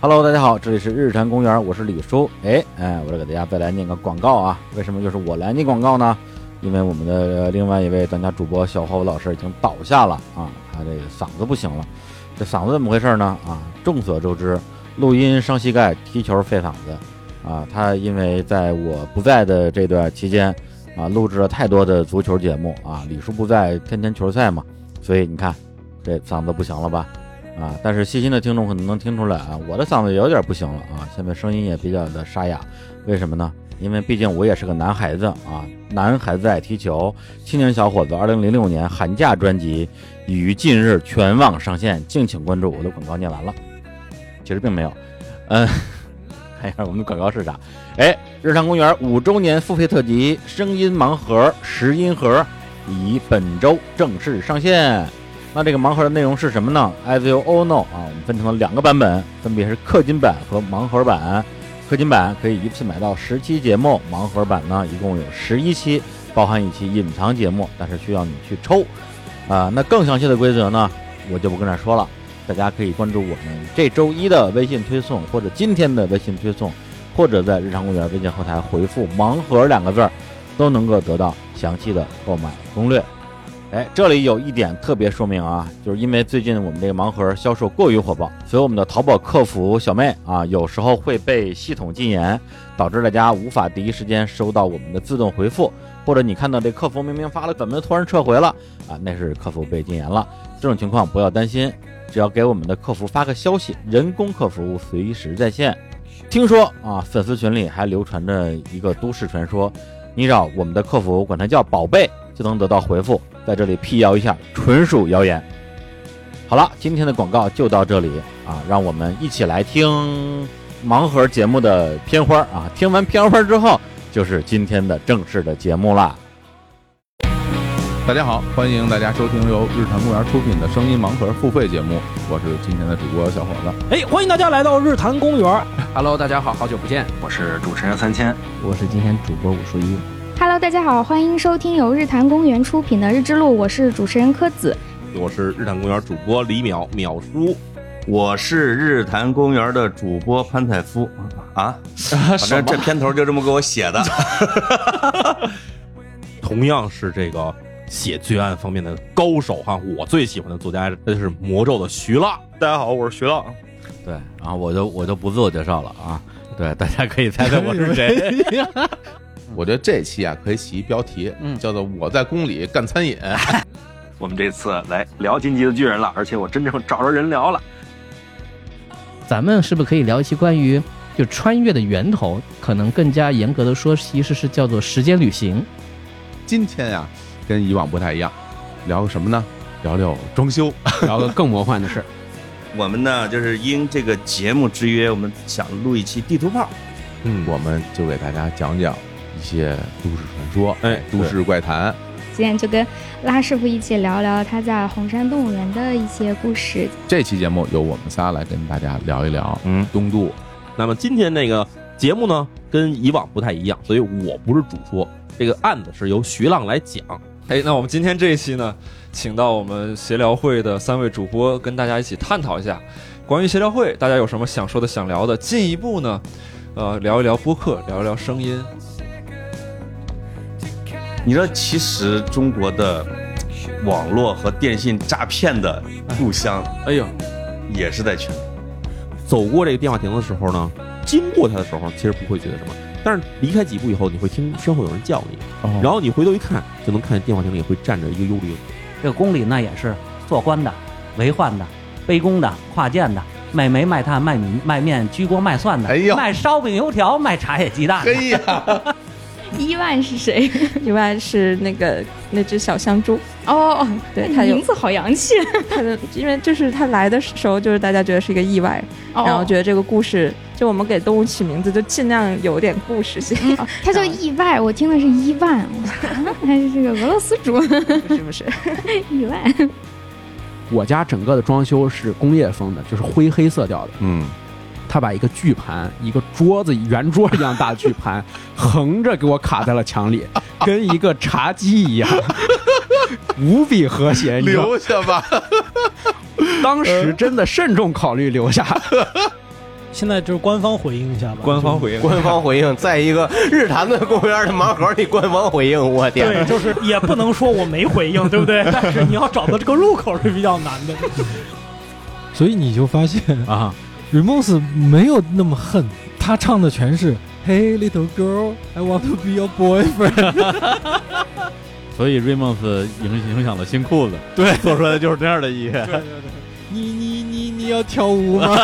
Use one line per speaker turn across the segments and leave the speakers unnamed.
Hello，大家好，这里是日坛公园，我是李叔。哎哎，我这给大家再来念个广告啊！为什么就是我来念广告呢？因为我们的呃另外一位专家主播小侯老师已经倒下了啊，他这个嗓子不行了。这嗓子怎么回事呢？啊，众所周知，录音伤膝盖，踢球废嗓子啊。他因为在我不在的这段期间啊，录制了太多的足球节目啊，李叔不在，天天球赛嘛，所以你看这嗓子不行了吧？啊，但是细心的听众可能能听出来啊，我的嗓子有点不行了啊，现在声音也比较的沙哑，为什么呢？因为毕竟我也是个男孩子啊，男孩子爱踢球，青年小伙子，二零零六年寒假专辑已于近日全网上线，敬请关注。我的广告念完了，其实并没有，嗯， 看一下我们的广告是啥？哎，日常公园五周年付费特辑《声音盲盒拾音盒》已本周正式上线。那这个盲盒的内容是什么呢？As you all know 啊，我们分成了两个版本，分别是氪金版和盲盒版。氪金版可以一次买到十期节目，盲盒版呢一共有十一期，包含一期隐藏节目，但是需要你去抽。啊、那更详细的规则呢，我就不跟大家说了，大家可以关注我们这周一的微信推送，或者今天的微信推送，或者在日常公园微信后台回复“盲盒”两个字儿，都能够得到详细的购买攻略。哎，这里有一点特别说明啊，就是因为最近我们这个盲盒销售过于火爆，所以我们的淘宝客服小妹啊，有时候会被系统禁言，导致大家无法第一时间收到我们的自动回复，或者你看到这客服明明发了，怎么突然撤回了啊？那是客服被禁言了。这种情况不要担心，只要给我们的客服发个消息，人工客服随时在线。听说啊，粉丝群里还流传着一个都市传说，你找我们的客服管他叫宝贝，就能得到回复。在这里辟谣一下，纯属谣言。好了，今天的广告就到这里啊，让我们一起来听盲盒节目的片花啊。听完片花之后，就是今天的正式的节目啦。
大家好，欢迎大家收听由日坛公园出品的声音盲盒付费节目，我是今天的主播小伙
嗯
子。
哎，欢迎大家来到日坛公园。
Hello，大家好，好久不见。
我是主持人三千，
我是今天主播武术一，
Hello，大家好，欢迎收听由日坛公园出品的《日之路》，我是主持人柯子。
我是日坛公园主播李淼淼叔，
我是日坛公园的主播潘采夫啊，反正这片头就这么给我写的。
同样是这个写罪案方面的高手哈。我最喜欢的作家那就是魔咒的徐浪。大家好，我是徐浪。
对，然后我就我就不自我介绍了啊。对，大家可以猜猜我是谁。
我觉得这期啊可以起一标题，
嗯
叫做“我在宫里干餐饮
我们这次来聊《进击的巨人》了，而且我真正找着人聊了。
咱们是不是可以聊一期关于就穿越的源头？可能更加严格的说，其实是叫做时间旅行。”。
今天呀、跟以往不太一样，聊个什么呢？聊聊装修。
聊个更魔幻的事，
我们呢，就是因这个节目之约，我们想录一期地图炮。
嗯，
我们就给大家讲讲一些都市传说，
哎
都市怪谈。
今天就跟拉师傅一起聊聊他在红山动物园的一些故事。
这期节目由我们仨来跟大家聊一聊
嗯。
东渡。
那么今天这个节目呢，跟以往不太一样，所以我不是主说，这个案子是由徐浪来讲。
哎，那我们今天这一期呢，请到我们协聊会的三位主播，跟大家一起探讨一下关于协聊会，大家有什么想说的、想聊的？进一步呢，呃，聊一聊播客，聊一聊声音。
你知道，其实中国的网络和电信诈骗的故乡
哎呦，
也是在全国。
走过这个电话亭的时候呢，经过它的时候，其实不会觉得什么，但是离开几步以后，你会听身后有人叫你，
然
然后你回头一看，就能看见电话亭里会站着一个幽灵。
这个宫里呢也是做官的、为宦的、背公的、跨界的、卖煤、卖炭、卖米、卖面、居锅、卖蒜的，
哎呦
卖烧饼、油条、卖茶叶、鸡蛋的。
嘿呀，
伊万是谁？
以外是那个那只小香猪，
哦，
对
那
他有
名字好洋 气。
他的，因为就是他来的时候，就是大家觉得是一个意外，然后觉得这个故事，就我们给动物起名字就尽量有点故事性，
他叫意外，我听的是伊万， 我说啊他是这个俄罗斯猪，
是 不是？
意外。
我家整个的装修是工业风的，就是灰黑色调的。
嗯，
他把一个巨盘，一个桌子圆桌一样大的巨盘，横着给我卡在了墙 里，跟一个茶几 一样，无比和谐。你知道吗
留下吧。
当时真的慎重考虑留下。
现在就是官方回应一下吧。
官方回 应
官方回应，在一个日坛的公园的盲盒里官方回应，我天，
对，就是也不能说我没回应，对不对？但是你要找到这个入口是比较难的。
所以你就发现
啊
，Remons 没有那么恨，他唱的全是 Hey little girl, I want to be your boyfriend。
所以 Raymond 影影响了新裤子，
对
做出来的就是这样的音乐。
你你你你要跳舞吗？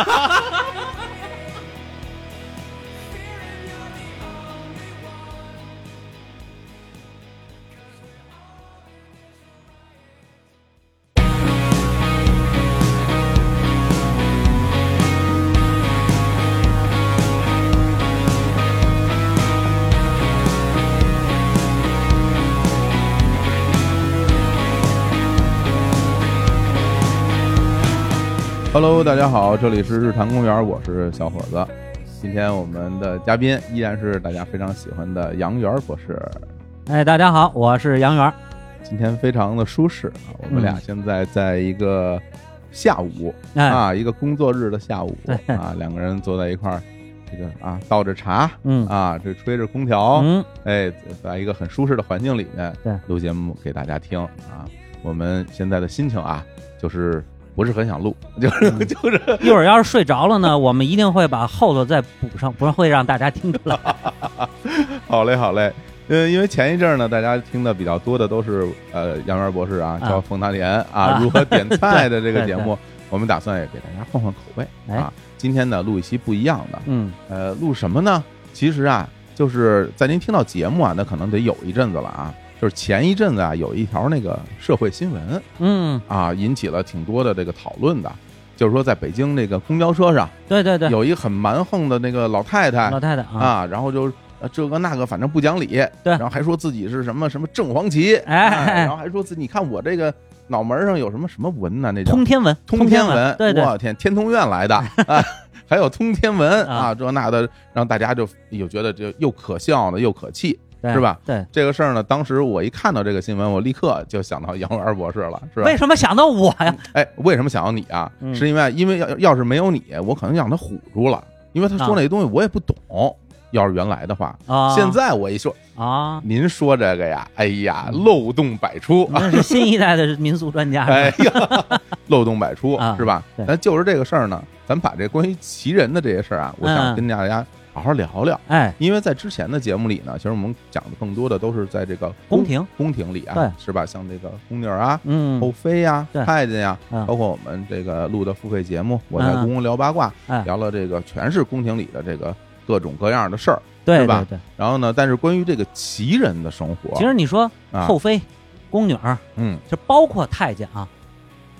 Hello，大家好，这里是日坛公园，我是小伙子。今天我们的嘉宾依然是大家非常喜欢的杨元博士。
哎，大家好，我是杨元。
今天非常的舒适啊，我们俩
嗯
现在在一个下午、
哎
啊，一个工作日的下午
对
啊，两个人坐在一块儿，这个啊倒着茶，
嗯
啊，这吹着空调，
嗯，
哎，在一个很舒适的环境里面，
对，
录节目给大家听啊。我们现在的心情啊，就是不是很想录，就是、
嗯
就是
一会儿要是睡着了呢，我们一定会把后头再补上，不然会让大家听出来。
好哦嘞，好嘞。嗯，因为前一阵儿呢，大家听的比较多的都是呃杨元博士啊，
啊
教冯唐莲啊
啊
如何点菜的这个节
对对
目
对，
我们打算也给大家换换口味
哎
啊。今天呢，录一期不一样的，
嗯，
呃，录什么呢？其实啊，就是在您听到节目啊，那可能得有一阵子了啊。就是前一阵子啊，有一条那个社会新闻，
嗯
啊，引起了挺多的这个讨论的，就是说在北京那个公交车上，
对对对，
有一个很蛮横的那个老太太，
老太太啊
啊，然后就呃这个那个，反正不讲理，对，然后还说自己是什么什么正黄旗，哎，然后还说自己你看我这个脑门上有什么什么纹呢？那叫
通天纹
通
通天
文，
纹对对
我天，天通苑 来的啊。还有通天文啊，这那的，让大家就有觉得就又可笑呢，又可气，
对
是吧？
对
这个事儿呢，当时我一看到这个新闻，我立刻就想到杨元博士了，是吧？
为什么想到我呀？
哎，为什么想要你啊？
嗯
是因为因为要要是没有你，我可能让他唬住了，因为他说那些东西我也不懂。要是原来的话，
啊
现在我一说
啊，
您说这个呀，哎呀，
嗯
漏洞百出，
那是新一代的民俗专家。
哎呀， 漏洞百出是吧？
啊对
咱就是这个事儿呢，咱把这关于奇人的这些事儿啊，我想
嗯
跟大家好好聊聊。
哎，
因为在之前的节目里呢，其实我们讲的更多的都是在这个
宫廷
宫廷里啊
对，
是吧？像这个宫女儿啊，
嗯
后妃呀、
对
太监呀，
嗯
包括我们这个录的付费节目，我在
嗯
故宫聊八卦，
哎
聊了这个全是宫廷里的这个各种各样的事儿，
对
是吧？
对对
然后呢，但是关于这个奇人的生活，
其实你说
啊
后妃、宫女儿，
嗯，
就包括太监啊，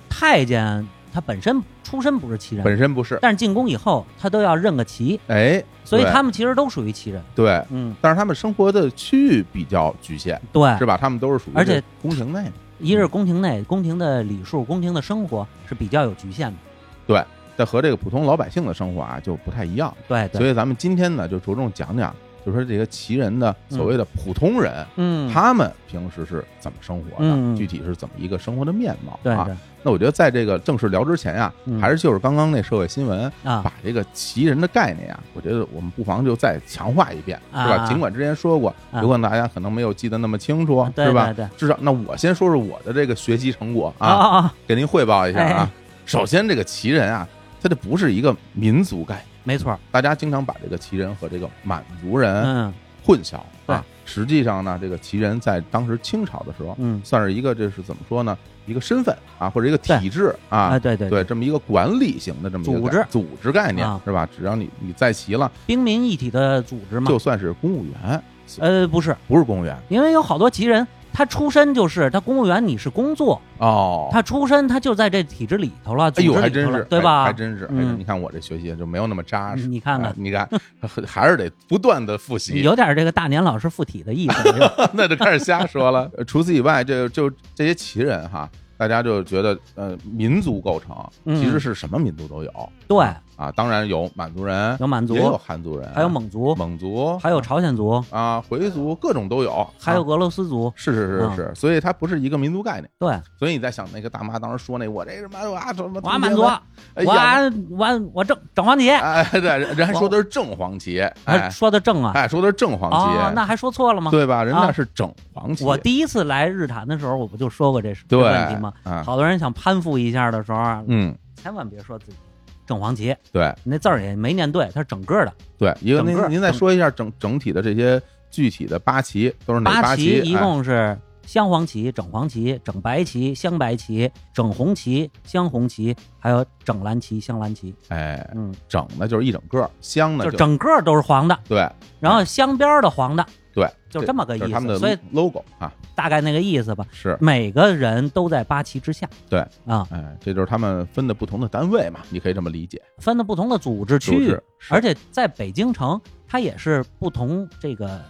太监他本身出身不是旗人，
本身不是，
但是进宫以后他都要认个旗，
哎，
所以
对
他们其实都属于旗人。
对，
嗯，
但是他们生活的区域比较局限，
对
是吧？他们都是属于
而且
宫廷内嘛，
一是宫廷内，宫廷的礼数、宫廷的生活是比较有局限的。
对，但和这个普通老百姓的生活啊就不太一样。
对对
所以咱们今天呢就着重讲讲，就说这个旗人的
嗯
所谓的普通人，
嗯
他们平时是怎么生活的，
嗯嗯
具体是怎么一个生活的面貌
对
啊
对？
那我觉得在这个正式聊之前啊，
嗯
还是就是刚刚那社会新闻
啊
把这个旗人的概念啊，我觉得我们不妨就再强化一遍，是吧？
啊
尽管之前说过，
啊
有可能大家可能没有记得那么清楚，
对
是吧？
对对
至少那我先说说我的这个学习成果
啊啊
啊
啊，
给您汇报一下啊
哎。
首先，这个旗人啊，它这不是一个民族概念，
没错。
大家经常把这个旗人和这个满族人
嗯
混淆
对
啊。实际上呢，这个旗人在当时清朝的时候，
嗯
算是一个这是怎么说呢？一个身份啊，或者一个体制啊，
哎对对
对，这么一个管理型的这么一个
组
概
织
组织概念
啊
是吧？只要你你在齐了，
兵民一体的组织嘛，
就算是公务员，
呃，不是，
不是公务员
因为有好多旗人，他出身就是他公务员，你是工作，
哦，
他出身他就在这体制里头了，
哎
组
呦，
织
还
里
真
头了
是，
对吧？
还还真是，还真是
嗯
你看我这学习就没有那么扎实。
你看看
哎你看，还是得不断的复习。
有点这个大年老师附体的意思。
那就开始瞎说了。呃除此以外，这就这些旗人哈，大家就觉得呃，民族构成
嗯
其实是什么民族都有。
对，
啊，当然有满族人，
有满族
也有汉族人，
还有蒙族、
蒙族，
还有朝鲜族
啊、回族，各种都有，
还有俄罗斯族。
是是
嗯
是是，所以它不是一个民族概念。
对，
所以你在想那个大妈当时说那我这什么啊什么，
我满族，
哎
我
呀
我我正整黄旗，
哎，对，人还说的是正黄旗，哎，
说的正啊，
哎，说的是正黄旗，
哦，那还说错了吗？
对吧？人那
啊
是整黄旗，
我第一次来日坛的时候，我不就说过这是
对
问题吗？
啊
好多人想攀附一下的时候啊，
嗯，
千万别说自己整黄旗，
对
你那字儿也没念对，它是整个的。
对，一个
整
您
个
您再
整
说一下整整体的这些具体的八旗都是哪
八旗
旗？
一
哎
共是镶黄旗、整黄旗、整白旗、镶白旗、整红旗、镶红旗，还有整蓝旗、镶蓝旗，
哎，
嗯，
整呢就是一整个，香呢
就整个都是黄的，
对
然后镶边儿的黄的，
哎对，
就这么个意
是他们
思。
的
所以
logo 啊，
大概那个意思吧。
是
每个人都在八旗之下，
对
啊，
哎，这就是他们分的不同的单位嘛，你可以这么理解。
分的不同的组织区
组
域
织，
而且在北京城，它也是不同这个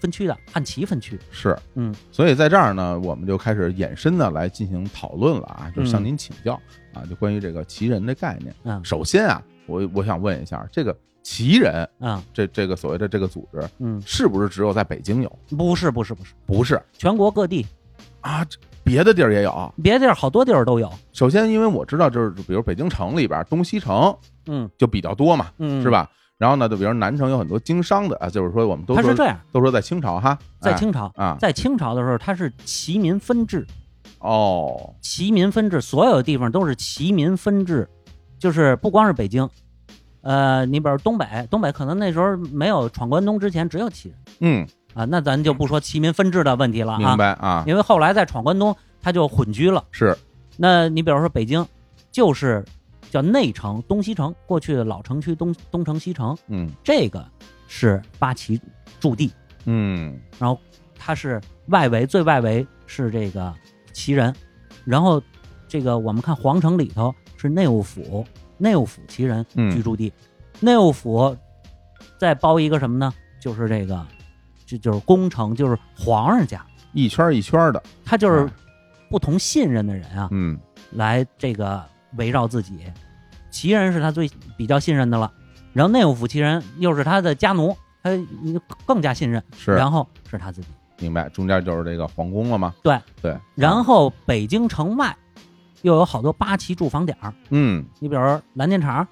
分区的，按旗分区。
是，
嗯，
所以在这儿呢，我们就开始延伸的来进行讨论了啊，就向您请教、啊，就关于这个旗人的概念。
嗯
首先啊，我我想问一下，这个旗人，
嗯，
这这个所谓的这个组织，
嗯，
是不是只有在北京有？
不是，不是，不是，
不是，
全国各地
啊，这别的地儿也有，
别的地儿好多地儿都有。
首先，因为我知道，就是比如北京城里边儿东西城，
嗯，
就比较多嘛，
嗯
是吧？然后呢，就比如南城有很多经商的啊，就是说我们都
它是
说
这样，
都说在清朝哈，
在
哎
清朝
啊，
在清朝的时候，它是旗民分治，
哦，
旗民分治，所有地方都是旗民分治，就是不光是北京，呃，你比如东北，东北可能那时候没有闯关东之前只有旗人
嗯，
啊，那咱就不说旗民分治的问题了啊，
明白啊
因为后来在闯关东它就混居了。
是
那你比如说北京，就是叫内城、东西城，过去的老城区东东城、西城，
嗯，
这个是八旗驻地，
嗯，
然后它是外围最外围是这个旗人，然后这个我们看皇城里头是内务府，内务府旗人
嗯
居住地，内务府再包一个什么呢？就是这个，就就是宫城，就是皇上家，
一圈儿一圈儿的，
他就是不同信任的人啊，
嗯，
来这个围绕自己，旗人是他最比较信任的了，然后内务府旗人又是他的家奴，他更加信任，
是
然后是他自己，
明白，中间就是这个皇宫了嘛，
对，
对，
然后北京城外又有好多八旗驻防点儿，
嗯，
你比如蓝靛厂，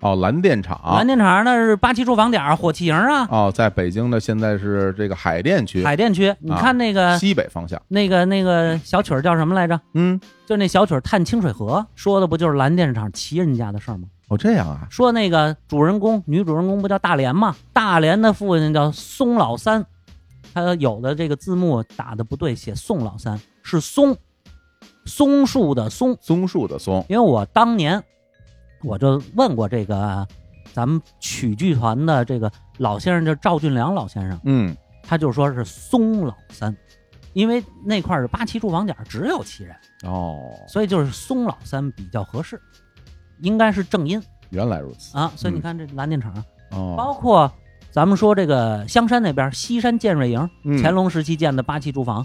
哦，蓝电厂，
蓝靛厂那是八旗驻防点儿，火器营啊，
哦，在北京的现在是这个海淀区，
海淀区，你
啊
看那个、
西北方向，
那个那个小曲儿叫什么来着？
嗯，
就那小曲儿《探清水河》，说的不就是蓝靛厂旗人家的事儿吗？
哦，这样啊，
说那个主人公女主人公不叫大连吗？大连的父亲叫松老三，他有的这个字幕打的不对，写宋老三是松，松树的松，
松树的松。
因为我当年我就问过这个咱们曲剧团的这个老先生，就是赵俊良老先生，
嗯，
他就说是松老三，因为那块儿是八旗驻防点儿，只有旗人，
哦，
所以就是松老三比较合适，应该是正音
原来如此
啊。所以你看这蓝靛厂。
哦，
包括咱们说这个香山那边西山建瑞营，
嗯
乾隆时期建的八旗驻防，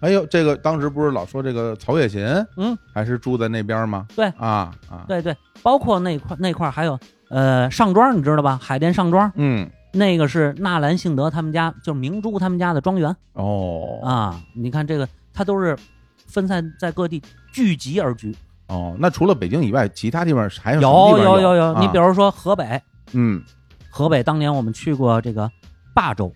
哎呦，这个当时不是老说这个曹雪芹，
嗯，
还是住在那边吗？
对
啊啊，
对对，包括那块那块还有呃上庄，你知道吧？海淀上庄，
嗯，
那个是纳兰性德他们家，就是明珠他们家的庄园
哦
啊。你看这个，它都是分散在各地聚集而居。
哦，那除了北京以外，其他地方还有哎什么
有
地方
有
有
有，你比
啊
如说河北，
嗯，
河北当年我们去过这个霸州，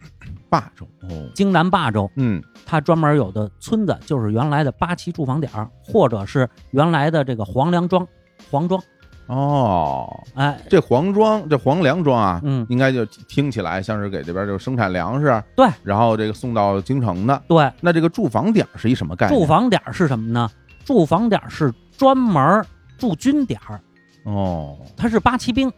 霸州哦，
京南霸州，
嗯，
它专门有的村子就是原来的八旗驻防点儿，或者是原来的这个黄梁庄、黄庄，
哦，
哎，
这黄庄这黄粮庄啊，
嗯，
应该就听起来像是给这边就生产粮食，啊
对，
然后这个送到京城的，
对。
那这个驻防点是一什么概念？
驻防点儿是什么呢？驻防点儿是专门儿驻军点儿，
哦，
他是八旗兵，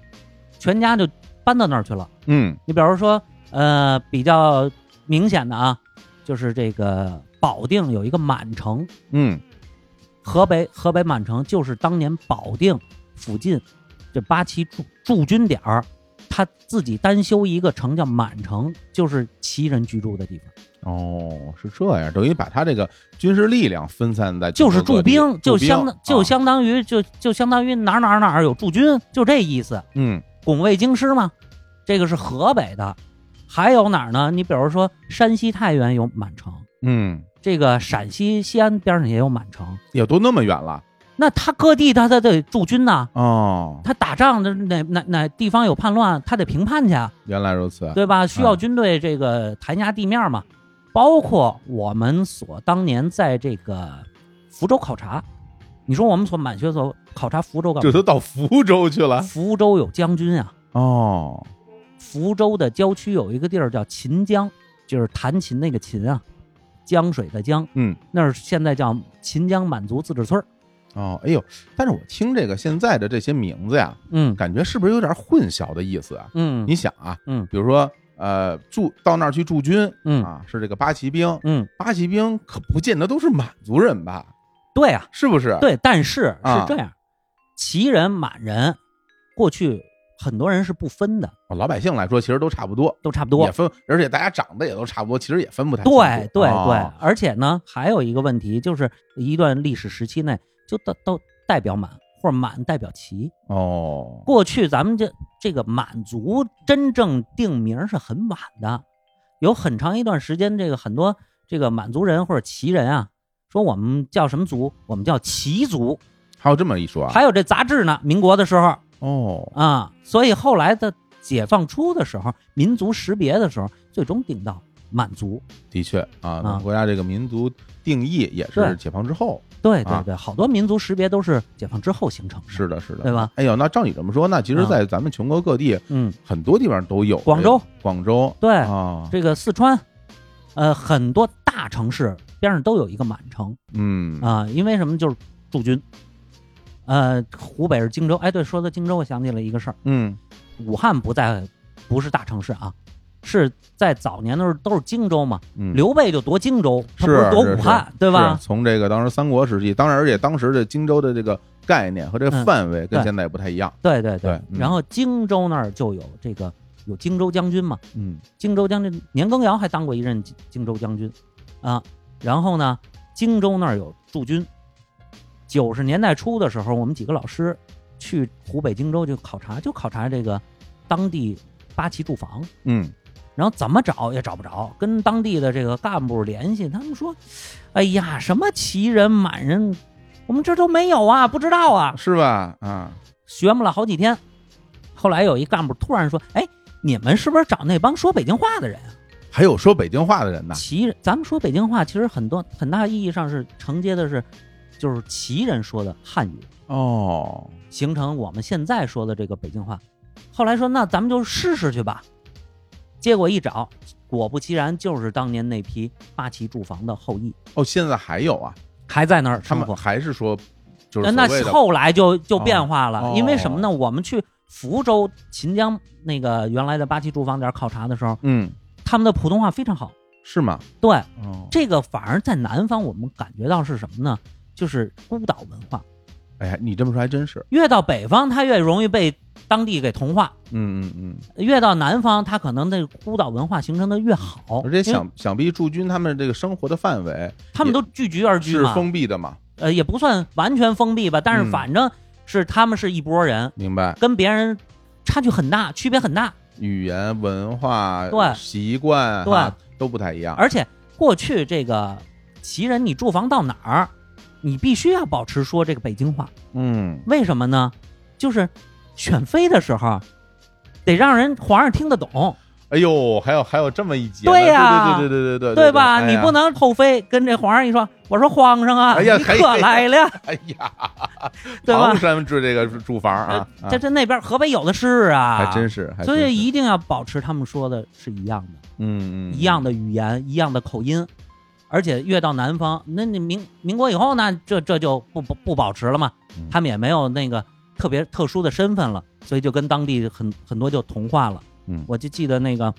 全家就搬到那儿去了。
嗯
你比如说，呃，比较明显的啊，就是这个保定有一个满城，
嗯，
河北河北满城就是当年保定附近这八旗驻驻军点儿他自己单修一个城叫满城，就是旗人居住的地方。
哦，是这样，等于把他这个军事力量分散在全
就
国
是驻
各地
兵，就相当
啊
就相当于就就相当于哪儿哪儿哪儿有驻军，就这意思。
嗯，
拱卫京师嘛，这个是河北的，还有哪儿呢？你比如说山西太原有满城，
嗯，
这个陕西西安边上也有满城，
也都那么远了
那他各地他他得驻军呐、
哦，
他打仗的哪哪哪地方有叛乱，他得平叛去啊，
原来如此，
对吧？需要
嗯
军队这个弹压地面嘛，包括我们所当年在这个福州考察，你说我们所满学所考察福州干嘛？
这都到福州去了
福州有将军啊，
哦，
福州的郊区有一个地儿叫秦江，就是弹琴那个琴啊，江水的江，
嗯，
那儿现在叫秦江满族自治村儿。
哦，哎呦，但是我听这个现在的这些名字呀，
嗯，
感觉是不是有点混淆的意思啊？
嗯
你想啊，
嗯，
比如说呃，驻到那儿去驻军，
嗯
啊，是这个八旗兵，
嗯，
八旗兵可不见得都是满族人吧？
对啊，
是不是？
对，但是
啊
是这样，旗人、满人，过去很多人是不分的。
哦，老百姓来说，其实都差不多，
都差不多
也分，而且大家长得也都差不多，其实也分不太清楚
对对对
哦，
而且呢，还有一个问题就是，一段历史时期内就都都代表满或者满代表旗。
哦，
过去咱们这这个满族真正定名是很晚的，有很长一段时间，这个很多这个满族人或者旗人啊，说我们叫什么族？我们叫旗族。
还有这么一说啊，
还有这杂志呢，民国的时候
哦
啊，所以后来的解放初的时候，民族识别的时候，最终定到满族。
的确啊，咱们国家这个民族定义也是
对嗯
解放之后，
对对
啊
对，好多民族识别都是解放之后形成的。
是的，是的，
对吧？
哎呦，那照你这么说，那其实，
啊
在咱们全国各地，
嗯，
很多地方都有。
广州，
广州，
对
啊，
这个四川，呃，很多大城市边上都有一个满城
嗯
啊、因为什么？就是驻军。呃，湖北是荆州，哎，对，说到荆州，我想起了一个事儿，
嗯，
武汉不在，不是大城市啊，是在早年的时候都是荆州嘛，
嗯
刘备就夺荆州，他不
是
夺
是
武汉
是，
对吧
是？从这个当时三国时期，当然而且当时的荆州的这个概念和这个
嗯
范围跟
对
现在也不太一样。
对对
对嗯
然后荆州那儿就有这个有荆州将军嘛，
嗯，
荆州将军年羹尧还当过一任荆荆州将军，啊，然后呢，荆州那儿有驻军。九十年代初的时候，我们几个老师去湖北荆州就考察，就考察这个当地八旗驻防，
嗯，
然后怎么找也找不着，跟当地的这个干部联系，他们说：“哎呀，什么旗人、满人，我们这都没有啊，不知道啊。”
是吧？啊，
学摸了好几天，后来有一干部突然说：“哎，你们是不是找那帮说北京话的人啊？
还有说北京话的人呢，
旗人，咱们说北京话，其实很多很大意义上是承接的是，就是旗人说的汉语
哦，
形成我们现在说的这个北京话。后来说，那咱们就试试去吧。结果一找，果不其然，就是当年那批八旗驻防的后裔，
哦，现在还有啊，
还在那儿
他
生
们
活。
还是说，就是
那嗯呃那
所谓的
后来就就变化了，
哦
因为什么呢？我们去福州、秦江那个原来的八旗驻防点考察的时候，
嗯，
他们的普通话非常好。
是吗？
对，
哦
这个反而在南方我们感觉到是什么呢？就是孤岛文化。
哎呀，你这么说还真是，
越到北方，它越容易被当地给同化；
嗯嗯嗯。
越到南方，它可能那个孤岛文化形成的越好。
而且
哦因
想
为
想必驻军他们这个生活的范围，
他们都聚居而居
是
嘛，
封闭的嘛？
呃，也不算完全封闭吧，但
嗯
是反正是他们是一拨人，
明白？
跟别人差距很大，区别很大。
语言、文化、
对
习惯，
对
哈都不太一样。
而且过去这个旗人，你驻防到哪儿，你必须要保持说这个北京话。
嗯，
为什么呢？就是选妃的时候，得让人皇上听得懂，
哎呦，还有还有这么一节呢，
对呀
对对对对对对
对吧？你不。
哎呀
能后妃跟这皇上一说，我说皇上啊，
哎呀
你
哎
可
呀
来了，
哎呀，
对吧
唐山住这个住房啊，
这
啊
这那边河北有的是啊，
还真是还
所
真是
以一定要保持他们说的是一样的，
嗯嗯，
一样的语言，一样的口音。而且越到南方，那你民民国以后呢，这这就不不不保持了嘛，
嗯
他们也没有那个特别特殊的身份了，所以就跟当地很很多就同化了。
嗯
我就记得那个，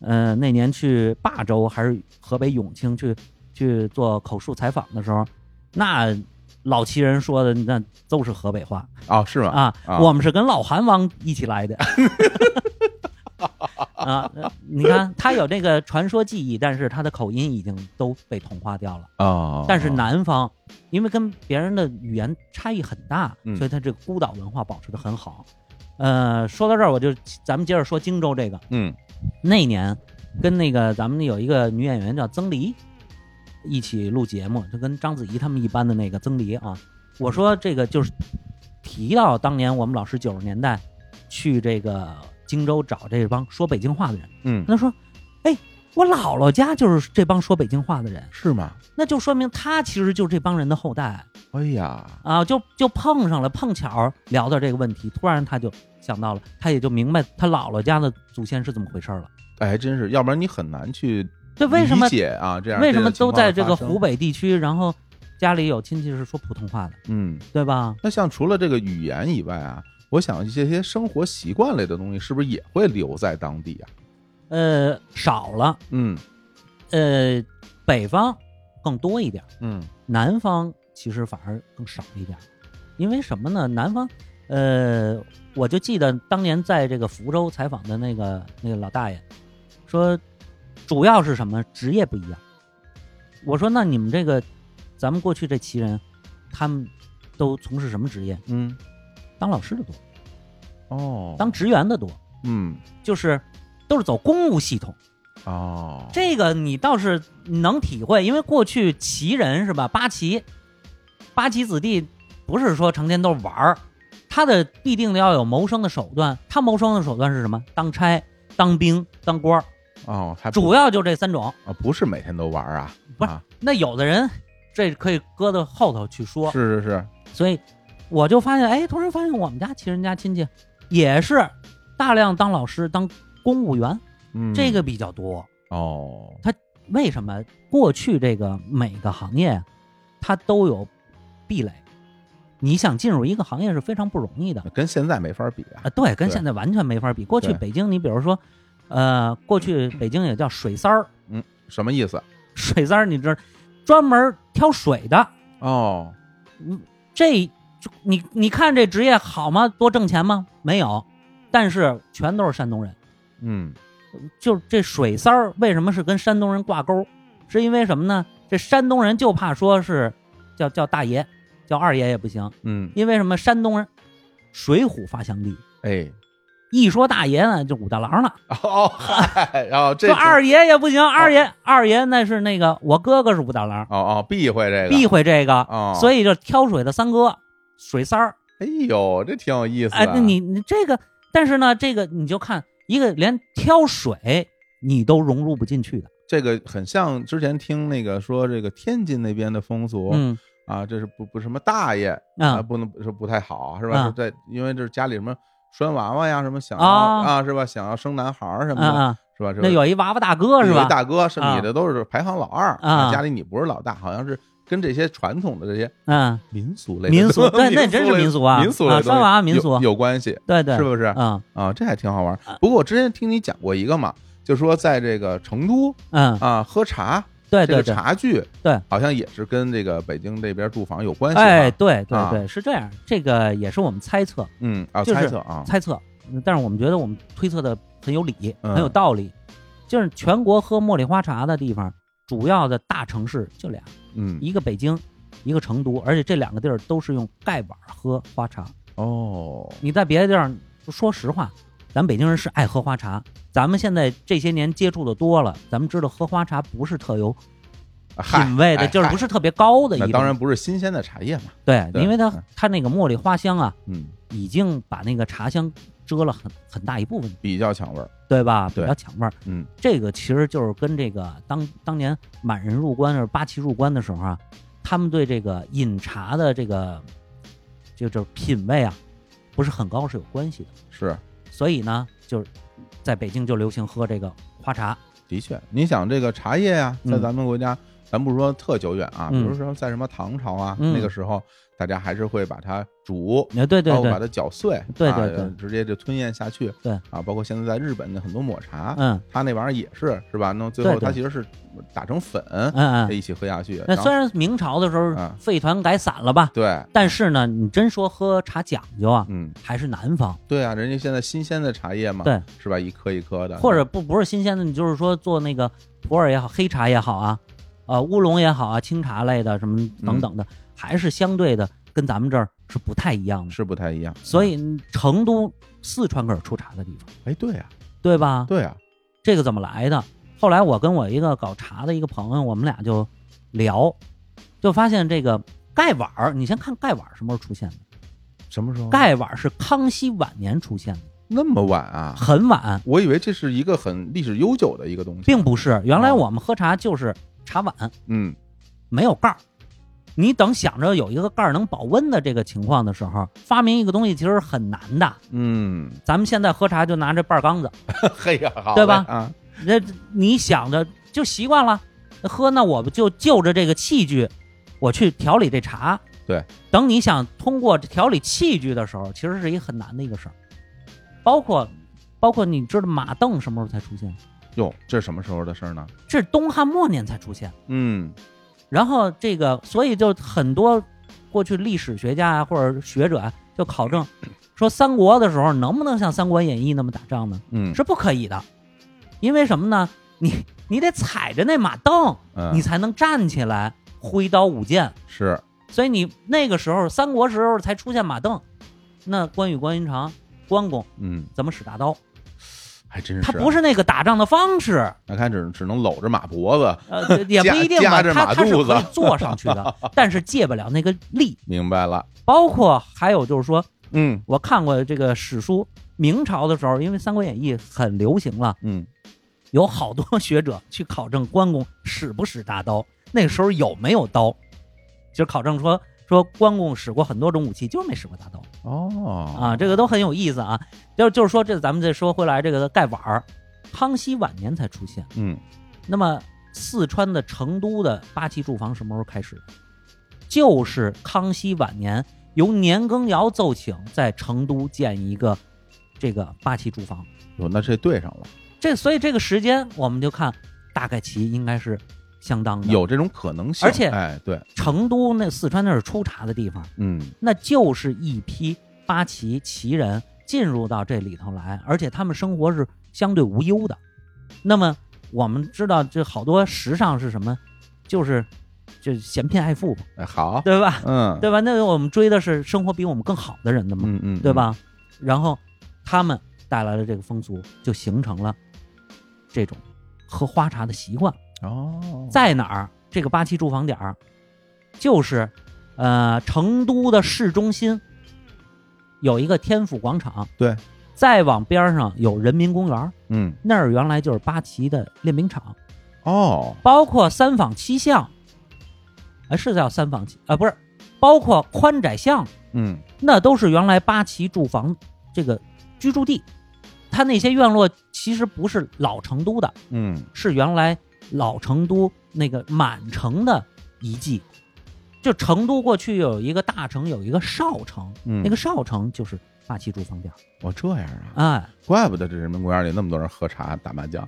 呃，那年去霸州还是河北永清去去做口述采访的时候，那老旗人说的那都是河北话
哦，是吗？
啊，我们是跟老韩王一起来的， 啊，你看他有这个传说记忆，但是他的口音已经都被同化掉了。
啊
但是南方因为跟别人的语言差异很大，
嗯
所以他这个孤岛文化保持的很好。呃，说到这儿，我就咱们接着说荆州这个。
嗯，
那年跟那个咱们有一个女演员叫曾黎一起录节目，就跟章子怡他们一班的那个曾黎啊。我说这个就是提到当年我们老师九十年代去这个荆州找这帮说北京话的人，
嗯
他说：“哎，我姥姥家就是这帮说北京话的人，
是吗？
那就说明他其实就是这帮人的后代
哎呀，
啊，就就碰上了，碰巧聊到这个问题，突然他就想到了，他也就明白他姥姥家的祖先是怎么回事了。
哎，真是，要不然你很难去
这为什么
理解啊？这样
为什么都在这个湖
湖？
北地区，然后家里有亲戚是说普通话的？
嗯，
对吧？
那像除了这个语言以外啊，我想一些些生活习惯类的东西，是不是也会留在当地啊？
呃，少了，
嗯，
呃，北方更多一点，
嗯，
南方其实反而更少一点，因为什么呢？南方，呃，我就记得当年在这个福州采访的那个那个老大爷说，主要是什么职业不一样。我说那你们这个，咱们过去这旗人，他们都从事什么职业？
嗯，
当老师的多，
哦，
当职员的多，
嗯，
就是都是走公务系统。
哦，
这个你倒是能体会，因为过去旗人是吧？八旗，八旗子弟不是说成天都玩儿，他的必定要有谋生的手段。他谋生的手段是什么？当差、当兵、当官儿，
哦，还不
主要就这三种。
啊，不是每天都玩啊，
不是，那有的人这可以搁到后头去说。
是是是，
所以我就发现，哎，突然发现我们家其实人家亲戚也是大量当老师、当公务员，
嗯，
这个比较多。
哦，
它为什么过去这个每个行业它都有壁垒？你想进入一个行业是非常不容易的，
跟现在没法比啊。
啊，对，跟
对
现在完全没法比。过去
对
北京，你比如说，呃，过去北京也叫水三儿，
嗯，什么意思？
水三儿，你知道，专门挑水的，
哦，
嗯，这就你你看这职业好吗？多挣钱吗？没有，但是全都是山东人。
嗯，
就是这水三儿为什么是跟山东人挂
嗯
钩？是因为什么呢？这山东人就怕说是叫叫大爷，叫二爷也不行，
嗯，
因为什么？山东人水浒发祥地，
哎，
一说大爷呢就武大郎了，
哦，嗨，然后这
啊
哦
说二爷也不行，二爷、二爷那是那个我哥哥是武大郎，
哦哦，避讳这个，
避讳这个，
哦，
所以就挑水的三哥水三儿。
哎呦，这挺有意思的。啊
哎，那你你这个，但是呢，这个你就看一个连挑水你都融入不进去的，
这个很像之前听那个说这个天津那边的风俗，
嗯
啊，这是不不什么大爷
啊
不能说不太好是吧？
啊
是在因为这是家里什么拴娃娃呀，什么想要
啊
啊是吧？想要生男孩儿什么的，
啊啊
是吧？这
那有一娃娃大哥是
有
吧？
一大哥是
啊
你的都是排行老二
啊
家里你不是老大，好像是跟这些传统的这些
嗯
民俗类的
民 俗对那
类
真是民俗啊
民俗类
啊
的
拴
东西
娃娃民
有
俗
有关系，
对对
是不是？
啊
啊，这还挺好玩。不过我之前听你讲过一个嘛，就说在这个成都，
嗯
啊，喝茶。
对
这个
对对
茶具，
对，
好像也是跟这个北京这边住房有关系吧。
哎，对对
啊
对，是这样，这个也是我们猜测，
嗯啊，
就是
猜测啊，
猜测，嗯但是我们觉得我们推测的很有理，
嗯
很有道理。就是全国喝茉莉花茶的地方，主要的大城市就俩，
嗯
一个北京，一个成都，而且这两个地儿都是用盖碗喝花茶。
哦，
你在别的地儿，说实话，咱北京人是爱喝花茶。咱们现在这些年接触的多了，咱们知道喝花茶不是特有
嗨
品味的，
哎
就是不
嗨
是特别高的一
那
种。
当然不是新鲜的茶叶嘛。
对，
对
因为它它那个茉莉花香啊，
嗯，
已经把那个茶香遮了很很大一部分，
比较抢味儿，
对吧？比
对
较抢味儿。
嗯，
这个其实就是跟这个当当年满人入关，就是八旗入关的时候啊，他们对这个饮茶的这个就就是品味啊，不是很高是有关系的。
是
所以呢，就是在北京就流行喝这个花茶。
的确，你想这个茶叶呀、
嗯
在咱们国家，咱不说特久远啊，
嗯
比如说在什么唐朝啊，
嗯
那个时候大家还是会把它煮，
哎对对对
包括哦把它搅碎，
对对
啊
对
直接就吞咽下去，
对
啊，包括现在在日本的很多抹茶，
嗯，
它那玩意儿也是是吧？弄最后
对对
它其实是打成粉，
嗯嗯
一起喝下去。
那
哎后嗯
虽然明朝的时候废团改散了吧，
对，
但是呢，你真说喝茶讲究啊，
嗯，
还是南方，
对啊，人家现在新鲜的茶叶嘛，
对，
是吧？一颗一颗的，
嗯或者不不是新鲜的，你就是说做那个普洱也好，黑茶也好啊，呃，乌龙也好啊，清茶类的什么等等的，
嗯
还是相对的跟咱们这儿是不太一样的，
是不太一样。
所以嗯成都四川可是出茶的地方，
哎，对呀、
对吧？
对啊呀、
这个怎么来的？后来我跟我一个搞茶的一个朋友，我们俩就聊，就发现这个盖碗儿，你先看盖碗儿什么时候出现的？
什么时候？
盖碗儿是康熙晚年出现的，
那么晚啊？
很晚。
我以为这是一个很历史悠久的一个东西，
并不是。原来
哦
我们喝茶就是茶碗，
嗯，
没有盖儿。你等想着有一个盖儿能保温的这个情况的时候，发明一个东西其实很难的。
嗯，
咱们现在喝茶就拿这半缸子，
嘿呀，好嘞
对吧？
啊，
那你想着就习惯了，喝那我不就就着这个器具，我去调理这茶。
对，
等你想通过调理器具的时候，其实是一个很难的一个事儿。包括，包括你知道马凳什么时候才出现？
哟，这什么时候的事儿呢？
这是东汉末年才出现。
嗯，
然后这个，所以就很多过去历史学家啊或者学者啊，就考证说三国的时候能不能像《三国演义》那么打仗呢？
嗯
是不可以的，因为什么呢？你你得踩着那马凳，
嗯
你才能站起来挥刀舞剑。
是，
所以你那个时候三国时候才出现马凳，那关羽、关云长、关公
嗯，
怎么使大刀？
还真是。啊
他不是，那个打仗的方式，
那看只能只能搂着马脖子，
呃，也不一定
夹夹
吧。
着
他
马
他是
肚子
可以坐上去 的，但是戒不了那个力。
明白了，
包括还有就是说，
嗯，
我看过这个史书，明朝的时候，因为《三国演义》很流行了，
嗯，
有好多学者去考证关公使不使大刀，那个时候有没有刀，就是考证说说关公使过很多种武器，就是没使过大刀
哦，
啊，这个都很有意思啊。就就是说这咱们再说回来，这个盖碗儿，康熙晚年才出现，
嗯，
那么四川的成都的八旗驻防什么时候开始？就是康熙晚年由年羹尧奏请，在成都建一个这个八旗驻防。
哟，那这对上了，
这所以这个时间我们就看大概其应该是相当的。
有这种可能性，
嗯而且
哎，对，
成都那四川那是出茶的地方，
嗯，
那就是一批八旗旗人进入到这里头来，而且他们生活是相对无忧的。那么我们知道，这好多时尚是什么？就是就是嫌贫爱富嘛，
哎，好，
对吧？
嗯，
对吧？那我们追的是生活比我们更好的人的嘛，
嗯嗯，
对吧？然后他们带来了这个风俗，就形成了这种喝花茶的习惯。
哦，
在哪儿？这个八旗驻防点儿，就是呃成都的市中心有一个天府广场，
对，
再往边儿上有人民公园儿，
嗯，
那儿原来就是八旗的练兵场，
哦，
包括三坊七巷，哎，是叫三坊七啊、不是，包括宽窄巷，
嗯，
那都是原来八旗驻防这个居住地。它那些院落其实不是老成都的，
嗯，
是原来老成都那个满城的遗迹。就成都过去有一个大城，有一个少城，
嗯
那个少城就是八旗驻防点儿。
哦，这样啊，
哎，
怪不得这人民公园里那么多人喝茶打麻将，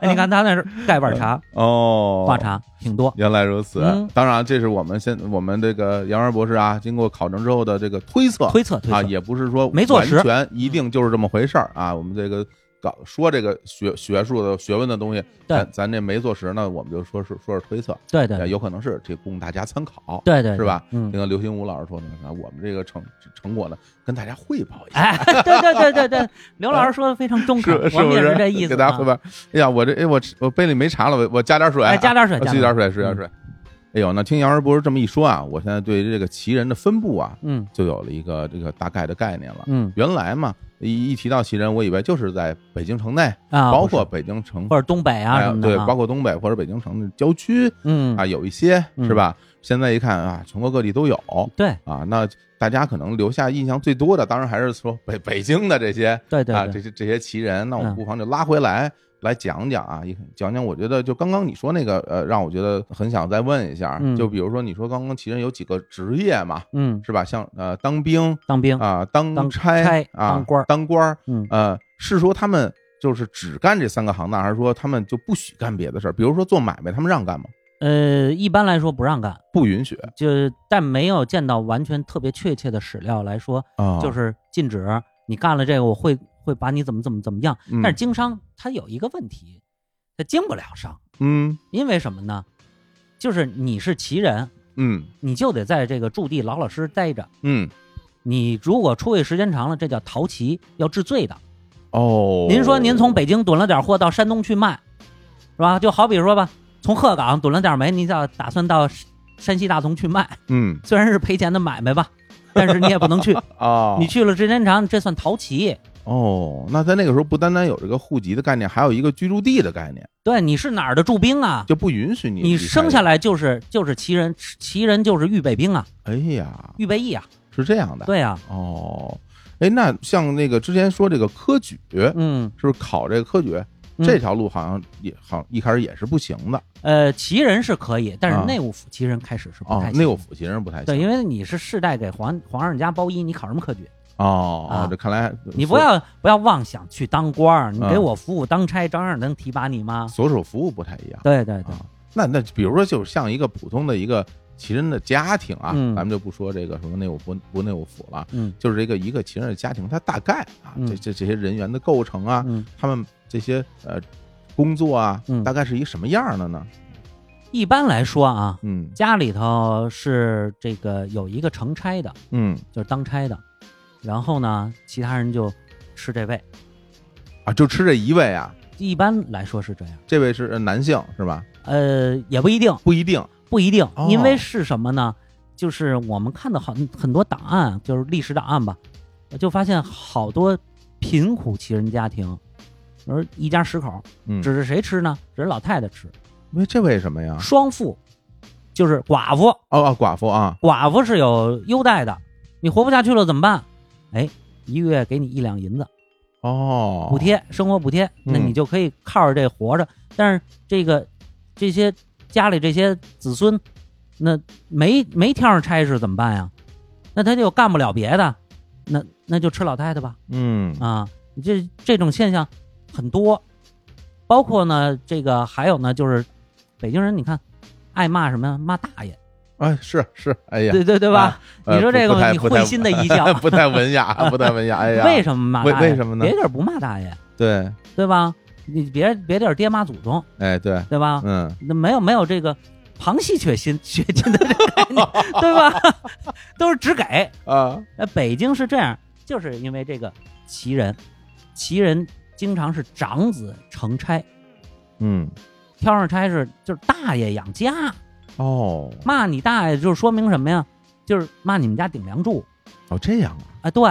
哎，你看他那是盖碗茶，
哦，
花茶挺多。
原来如此，
嗯
当然这是我们现我们这个杨元博士啊，经过考证之后的这个推测，
推测推测
啊，也不是说
没坐实
完
嗯
全一定就是这么回事儿啊。我们这个搞说这个学学术的学问的东西，
对
咱咱这没坐实呢，我们就说是说是推测，
对对
呃有可能是这供大家参考，
对对对
是吧？
嗯
这个刘新武老师说的，啊我们这个成成果呢，跟大家汇报一下，
哎，对对对对对，刘老师说的非常中肯，
是
我
是
们
不
也
是
这意思、啊。
给大家汇报。哎呀，我这哎我吃我杯里没茶了，我我加点水啊，
哎加点水
我
加
去
点
点水，吃点水。哎呦，那听杨文博士这么一说啊，我现在对这个旗人的分布啊，
嗯，
就有了一个这个大概的概念了。
嗯
原来嘛，一一提到旗人，我以为就是在北京城内
啊
包
不是
括北京城
或者东北啊
哎
什么的
对
啊，
包括东北或者北京城的郊区，
嗯嗯
啊，有一些是吧？现在一看啊，全国各地都有，
对
啊，那大家可能留下印象最多的，当然还是说北北京的这些，
对对
啊，
对
这些这些旗人，那我们
嗯
不妨就拉回来。来讲讲啊，一讲讲，我觉得就刚刚你说那个，呃，让我觉得很想再问一下，
嗯
就比如说你说刚刚其实有几个职业嘛，
嗯
是吧？像呃当兵、
当兵
啊、当
当
差
差
啊、
当官儿
当官儿，
嗯
呃，是说他们就是只干这三个行当，还是说他们就不许干别的事儿？比如说做买卖，他们让干吗？
呃，一般来说不让干，
不允许。
就是但没有见到完全特别确切的史料来说，
啊
就是禁止你干了这个，我会会把你怎么怎么怎么样。
嗯
但是经商它有一个问题，它经不了商，
嗯
因为什么呢？就是你是旗人，
嗯
你就得在这个驻地老老实实待着。
嗯，
你如果出去时间长了，这叫逃旗，要治罪的。
哦，
您说您从北京囤了点货到山东去卖，是吧？就好比说吧，从鹤岗囤了点煤，你要打算到山西大同去卖，
嗯
虽然是赔钱的买卖吧，但是你也不 能去
啊
你去了时间长，这算逃旗。
哦，那在那个时候不单单有这个户籍的概念，还有一个居住地的概念，
对，你是哪儿的驻兵啊？
就不允许你
你
离开
生下来就是就是旗人，旗人就是预备兵啊，
哎呀，
预备役啊。
是这样的。
对呀、
哦，哎，那像那个之前说这个科举，
嗯，
是不是考这个科举、这条路好像也好像一开始也是不行的
呃，旗人是可以，但
啊
是内务府旗人开始是不
啊
太，行
内
的、
务府其实不太
对，
行。
因为你是世代给皇皇上家包衣，你考什么科举？
哦
啊
哦，这看来
你不要不要妄想去当官儿，你
啊
给我服务当差，照样能提拔你吗？
所属服务不太一样。
对对
啊
对，
那那比如说，就是像一个普通的一个旗人的家庭啊，
嗯
咱们就不说这个什么内务不不内务府了，
嗯
就是这个一个旗人的家庭，它大概啊，这这这些人员的构成啊，
嗯
他们这些呃工作啊，大概是一什么样的呢？
一般来说啊，
嗯，
家里头是这个有一个承差的，
嗯，
就是当差的，然后呢，其他人就吃这位，
啊，就吃这一位啊，
一般来说是这样。
这位是呃男性是吧？
呃，也不一定，
不一定，
不一定
哦，
因为是什么呢？就是我们看到很很多档案，就是历史档案吧，就发现好多贫苦旗人家庭，而一家十口，
嗯啊
指着谁吃呢？指着老太太吃，
为这为什么呀？
双父，就是寡妇。
哦，啊寡妇啊，
寡妇是有优待的，你活不下去了怎么办？哎，一个月给你一两银子，
哦，
补贴生活补贴，那
嗯
你就可以靠着这活着。但是这个这些家里这些子孙，那没没挑上差事怎么办呀？那他就干不了别的，那那就吃老太太吧。
嗯
啊，这这种现象很多，包括呢这个还有呢就是北京人，你看爱骂什么呀？骂大爷。
哎，是是，哎呀，
对对对吧
啊
你说
呃不
这个
不太
你
不太
会心 的一笑
不太文雅，不太文雅。哎呀，
为什么骂
为
大爷？
为什么呢？
别地儿不骂大爷，
对，
对吧？你别别地儿爹妈祖宗，
哎对，
对吧？
嗯，
那没有没有这个旁系血亲 血亲的这个概念， 对吧？都是只给
啊。
呃，北京是这样，就是因为这个旗人，旗人经常是长子承差，
嗯，
挑上差事就是大爷养家，
哦
骂你大爷就是说明什么呀？就是骂你们家顶梁柱
哦，这样啊，
啊，对。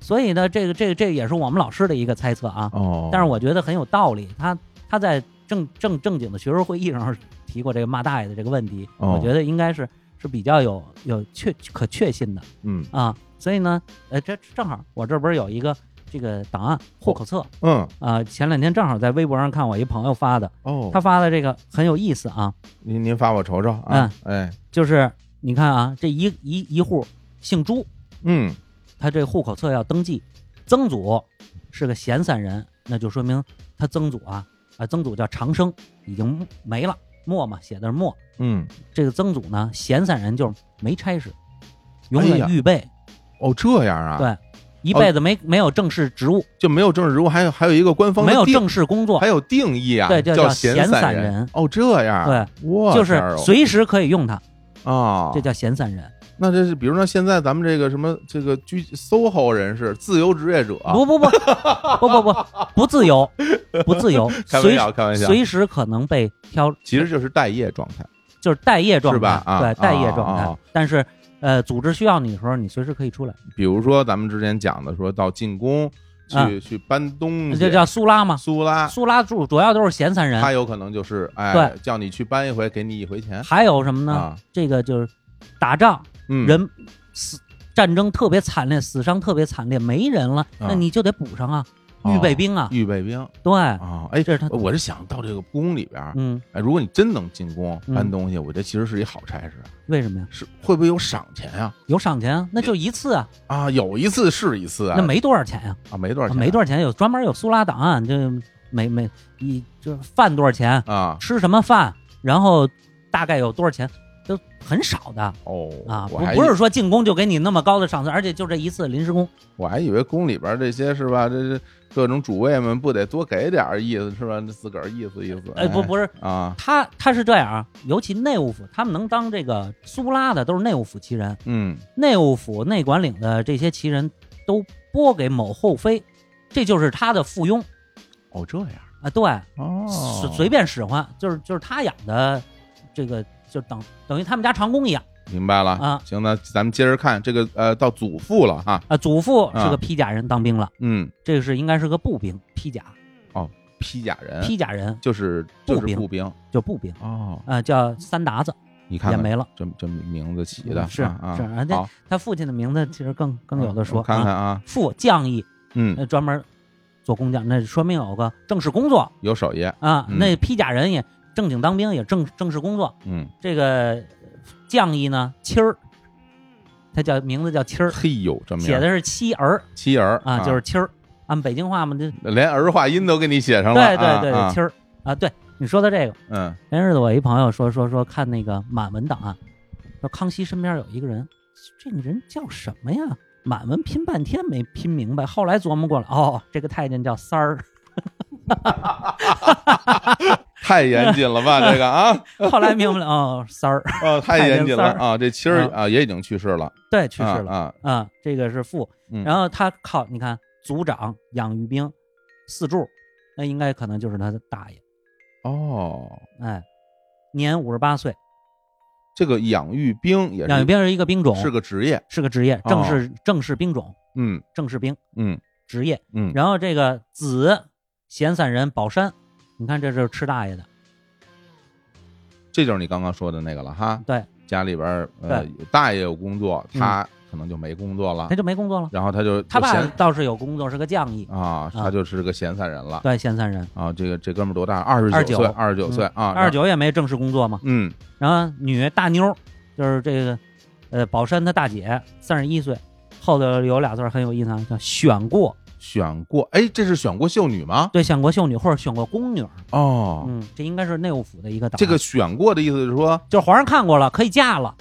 所以呢，这个这个这个也是我们老师的一个猜测啊。
哦，
但是我觉得很有道理。他他在正正正经的学术会议上提过这个骂大爷的这个问题，
哦
我觉得应该是是比较有有确可确信的
嗯
啊。所以呢，呃，这正好我这不是有一个这个档
哦
案户口册，
嗯
啊、前两天正好在微博上看我一朋友发的，
哦
他发的这个很有意思啊，
您您发我瞅瞅
嗯
啊，哎，
就是你看啊，这一一一户姓朱，
嗯，
他这户口册要登记，曾祖是个闲散人，那就说明他曾祖啊啊曾祖叫长生，已经没了，没嘛写的是没。
嗯，
这个曾祖呢，闲散人就是没差事，永
哎呀
远预备，
哦，这样啊，
对，一
哦
辈子没、没有正式职务，
就没有正式职务，还有还有一个官方的
没有
定
正式工作，
还有定义啊，
对，
叫
叫
闲
散
人。哦，这样啊，
对，
哇，
就是
天儿哦
随时可以用它，
啊，
这叫闲散人。
那这是比如说现在咱们这个什么这个居 SOHO 人士、自由职业者，，
不不不不不不不自由，不自由
开玩
随
笑
时
开玩笑
随时可能被挑，
其实就是待业状态。
就是待业状态，
是吧啊
对，待业状态。
啊啊啊
但是，呃，组织需要你的时候，你随时可以出来，
比如说咱们之前讲的，说到进宫去、
啊
去搬东西，
这叫苏拉嘛？
嗯苏拉，
啊苏拉主主要都是闲散人。
他有可能就是哎，
对
叫你去搬一回，给你一回钱。
还有什么呢？
啊
这个就是打仗，
嗯
人死战争特别惨烈，死伤特别惨烈，没人了，
啊哦
那你就得补上啊。预备兵啊，
预备兵。
对
啊，哎，
这是他
我是想到这个宫里边，
嗯，
哎，如果你真能进宫
嗯
搬东西，我觉得其实是一好差事。
为什么呀？
是会不会有赏钱啊？
有赏钱啊，那就一次啊，
啊，有一次是一次啊，
那没多少钱呀、
啊，没多少钱，
没多少钱，有专门有苏拉档案，这每每一就是饭多少钱
啊，
吃什么饭，然后大概有多少钱，都很少的
哦
啊，
我
不
还
不
以
是说进宫就给你那么高的赏赐，而且就这一次临时工，
我还以为宫里边这些是吧，这这各种主位们不得多给点儿意思是吧？自个儿意思意思。
哎不不是
啊，
他他是这样啊，尤其内务府，他们能当这个苏拉的都是内务府旗人，
嗯，
内务府内管领的这些旗人都拨给某后妃，这就是他的附庸
哦这样
啊，对，
哦
随随便使唤，就是就是他养的，这个就等等于他们家长工一样
明白了
啊
行，那咱们接着看这个呃，到祖父了哈。
啊。祖父是
啊
个披甲人，当兵了，
嗯，
这是应该是个步兵，披甲
哦，披甲人，
披甲人
就是就是
步兵
步兵
就步兵
哦，
啊，叫三达子，
你看
也
看
没了，
这这名字起的
嗯是
啊啊
是，而
好
且他父亲的名字其实更更有的说，
我看看啊
父将役，
嗯
那专门做工匠，那说明有个正式工作
有手艺
啊，
嗯
那披甲人也正经当兵，也正正式工作，
嗯，
这个将役呢，妻儿，他叫名字叫妻儿，
嘿呦，这名儿
写的是妻儿
妻儿
啊，就是妻儿，按北京话嘛，这
连儿化音都给你写上了，
对对对，
啊
对，妻，儿啊，对你说的这个，
嗯，
前日子我一朋友说说说看那个满文档案，啊说康熙身边有一个人，这个人叫什么呀？满文拼半天没拼明白，后来琢磨过来，哦，这个太监叫三儿。
太严谨了 吧这个啊，
后来明白了，哦，三儿，
哦，太严谨了
太监三儿
啊，这妻儿
啊
啊也已经去世了，
对，去世
啊
了
啊，
这个是父。
嗯
然后他靠，你看，族长养育兵，四柱，那应该可能就是他的大爷。
哦，
哎，年五十八岁，
这个养育兵也是
养育兵是一个兵种，
是个职业，
是个职业，
哦
正式、正式兵种，
嗯
正式兵
嗯
职业。
嗯
然后这个子闲散人宝山，你看这就是吃大爷的，
这就是你刚刚说的那个了哈。
对，
家里边儿呃
对
大爷有工作，
嗯
他可能就没工作了，
他就没工作了。
然后他就
他
就
爸
闲
倒是有工作，是个将役，
啊，他就是个闲散人了。
对，闲散人
啊，这个这哥们儿多大？二十
二嗯
九岁，二十九岁啊，
二十九也没正式工作嘛。
嗯，
然后女大妞儿就是这个，呃，宝山她大姐三十一岁，后头有俩字儿很有意思啊，叫选过，
选过，哎，这是选过秀女吗？
对，选过秀女或者选过宫女儿，
哦，
嗯，这应该是内务府的一个档案。
这个选过的意思是说，
就是皇上看过了，可以嫁了。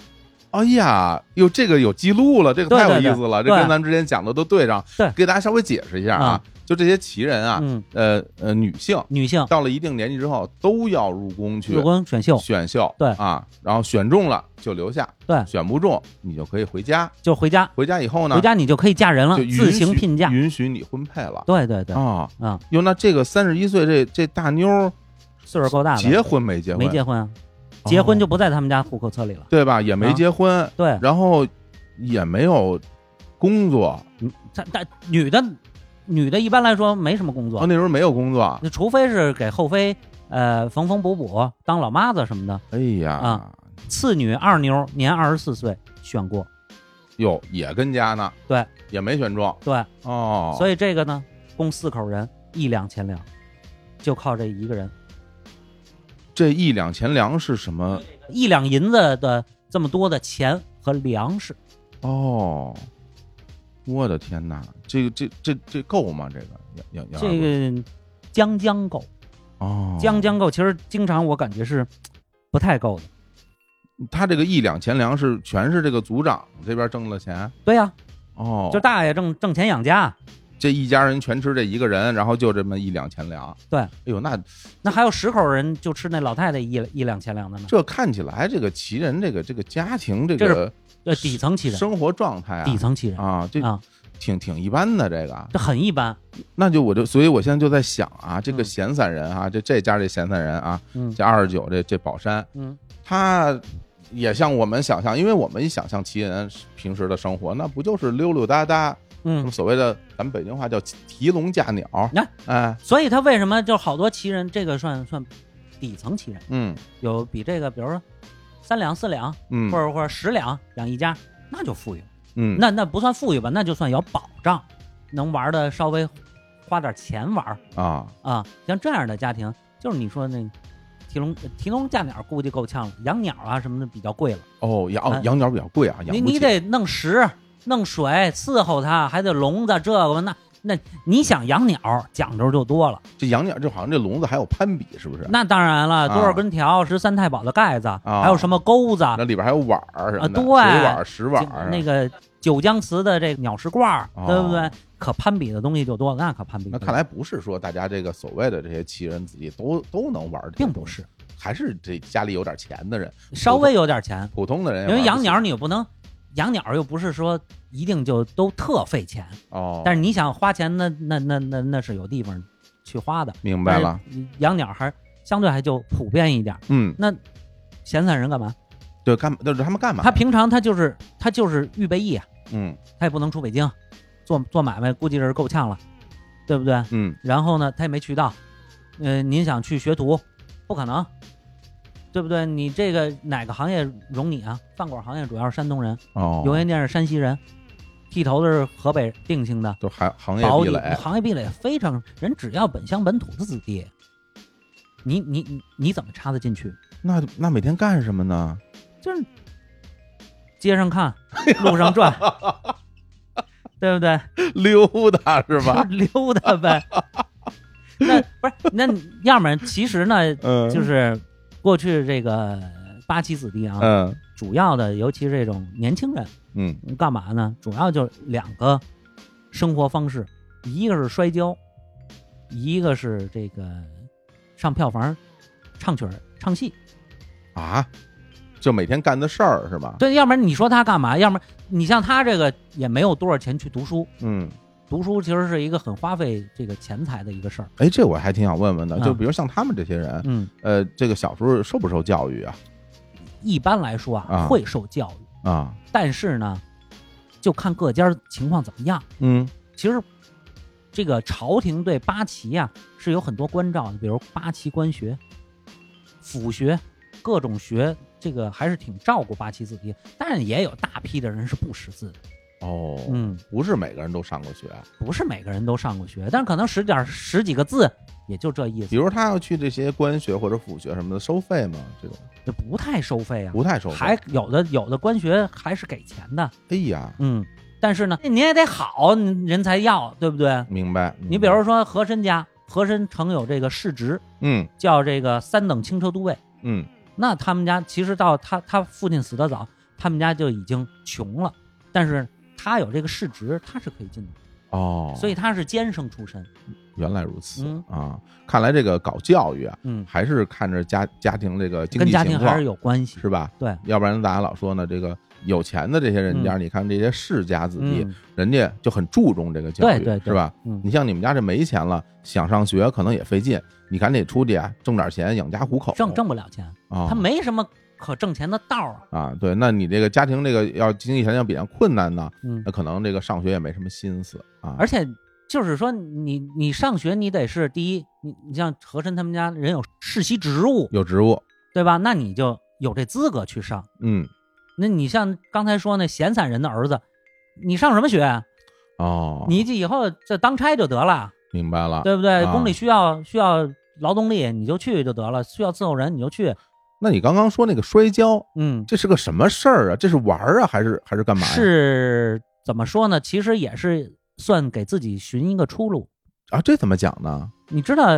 哎呀，哟，这个有记录了，这个
对
太有
对对
意思了，这
对
跟咱之前讲的都对上。
对，
给大家稍微解释一下啊
啊，
就这些旗人啊
嗯，
呃呃，女性，
女性
到了一定年纪之后都要入宫去
入宫选秀
选秀，
对
啊，然后选中了就留下，
对
选不中你就可以回家，
就回家，
回家以后呢，
回家你就可以嫁人了，
就允许
自行聘嫁。
允许你婚配了。
对对对，
啊
啊，
哟，那这个三十一岁这这大妞儿
岁数够大了，
结婚没结婚？哦
没结婚啊，结婚就不在他们家户口册里了。
对吧？也没
啊
结婚，
对，
然后也没有工作，
她嗯但女的，女的一般来说没什么工作
啊，，那时候没有工作，
那除非是给后妃呃缝缝补补，当老妈子什么的。
哎呀
啊，次女二妞年二十四岁选过，
哟，也跟家呢，
对，
也没选中，
对，
哦，
所以这个呢，共四口人一两千两，就靠这一个人
这一两钱粮是什么？
一两银子的这么多的钱和粮食，
哦，我的天哪，这个这这这够吗？这个要要要
这个将将够，
哦，
将将够。其实经常我感觉是不太够的。
他这个一两钱粮是全是这个族长这边挣了钱
对呀、
哦，
就大爷挣挣钱养家，
这一家人全吃这一个人，然后就这么一两钱粮，
对，
哎呦，那
那还有十口人就吃那老太太一一两千两的呢。
这看起来这个旗人这个这个家庭这
这
个
是呃底层旗人
生活状态啊，
底层旗人
啊，这
啊
挺挺一般的这个，啊
这很一般。
那就我就所以我现在就在想啊，这个闲散人啊，这这家这闲散人啊，
嗯
这二十九这这宝山，
嗯，
他。也像我们想象，因为我们一想象旗人平时的生活，那不就是溜溜达达，
嗯，
所谓的咱们北京话叫提笼架鸟，
那、
哎，
所以他为什么就好多旗人，这个算算底层旗人，
嗯，
有比这个，比如说三两、四两，
嗯
或者或者十两养一家，那就富裕，
嗯
那那不算富裕吧，那就算有保障，能玩的稍微花点钱玩儿
啊，
啊。像这样的家庭，就是你说那个提笼提笼架鸟估计够呛了，养鸟啊什么的比较贵了。
哦，养哦
嗯
养鸟比较贵啊，养
你
不
你
起
得弄食、弄水，伺候它，还得笼子这个那那，你想养鸟讲究就多了。
这养鸟就好像这笼子还有攀比，是不是？
那当然了，
啊
多少根条、十三太保的盖子，还有什么钩子，
那里边还有碗儿什
啊，
么的，
对，
水碗儿、石碗
就
儿啊，
那个九江祠的这个鸟食罐儿，
哦
对不对？可攀比的东西就多了，那可攀比。
那看来，不是说大家这个所谓的这些奇人子弟都都能玩，并不
是，
还是这家里有点钱的人，
稍微有点钱，
普通的人
因
也玩
为
啊不起，
养鸟你又不能，养鸟又不是说一定就都特费钱，
哦，
但是你想花钱，那那那那那是有地方去花的。
明白了，
养鸟还相对还就普遍一点。
嗯
那闲散人干嘛？
对干嘛？就是他们干嘛？
他平常他就是他就是预备役啊，
嗯
他也不能出北京，做做买卖估计是够呛了，对不对？
嗯，
然后呢，他也没渠道，呃，您想去学徒，不可能，对不对？你这个哪个行业容你啊？饭馆行业主要是山东人，
哦
油盐店是山西人，剃头的是河北定兴的，
都行行
保
业壁
底
垒，
行业壁垒非常，人只要本乡本土的子弟，你你你你怎么插得进去？
那那每天干什么呢？
就是街上看，路 上转，对不对？
溜达是吧
溜达呗。那不是那你要么其实呢，
嗯
就是过去这个八旗子弟啊，
嗯
主要的尤其是这种年轻人，
嗯，
干嘛呢？主要就两个生活方式，一个是摔跤，一个是这个上票房唱曲儿唱戏。
啊，就每天干的事儿是吧？
对，要不然你说他干嘛？要么你像他这个也没有多少钱去读书，
嗯，
读书其实是一个很花费这个钱财的一个事儿。
哎，这我还挺想问问的，
嗯
就比如像他们这些人，
嗯，
呃，这个小时候受不受教育啊？
一般来说啊，
啊
会受教育，
啊，
但是呢，就看各家情况怎么样。
嗯，
其实这个朝廷对八旗啊是有很多关照的，比如八旗官学、府学、各种学，这个还是挺照顾八旗子弟。但是也有大批的人是不识字的，
哦，
嗯，
不是每个人都上过学，
不是每个人都上过学，但可能识点儿十几个字也就这意思。
比如他要去这些官学或者府学什么的，收费吗？这种
这不太收费啊，
不太收费
还有的有的官学还是给钱的，
哎呀，
嗯，但是呢，您也得好人才要，对不对？
明白？嗯
你比如说和珅家，和珅曾有这个世职，
嗯
叫这个三等轻车都尉。
嗯，
那他们家其实到他他父亲死得早，他们家就已经穷了，但是他有这个世职，他是可以进的，
哦，
所以他是监生出身。
原来如此、
嗯
啊！看来这个搞教育啊，
嗯
还是看着家家庭这个经
跟
济
家
情
庭
况
还是有关系
是吧？
对，
要不然大家老说呢，这个有钱的这些人家，
嗯
你看这些世家子弟，
嗯
人家就很注重这个教育，
对对对
是吧？
嗯
你像你们家这没钱了，想上学可能也费劲，你赶紧出去啊，挣点钱养家糊口，
挣挣不了钱，
啊
他没什么可挣钱的道儿啊。
啊，对，那你这个家庭这个要经济条件比较困难呢，
嗯
那可能这个上学也没什么心思啊，
而且就是说你，你上学，你得是第一，你你像和珅他们家人有世袭职务，
有职务，
对吧？那你就有这资格去上。
嗯，
那你像刚才说那闲散人的儿子，你上什么学啊？
哦，
你这以后这当差就得了，
明白了，
对不对？
啊
宫里需要需要劳动力，你就去就得了；需要伺候人，你就去。
那你刚刚说那个摔跤，
嗯，
这是个什么事儿啊？这是玩儿啊，还是还是干嘛呀？
是怎么说呢？其实也是算给自己寻一个出路。
啊，这怎么讲呢？
你知道，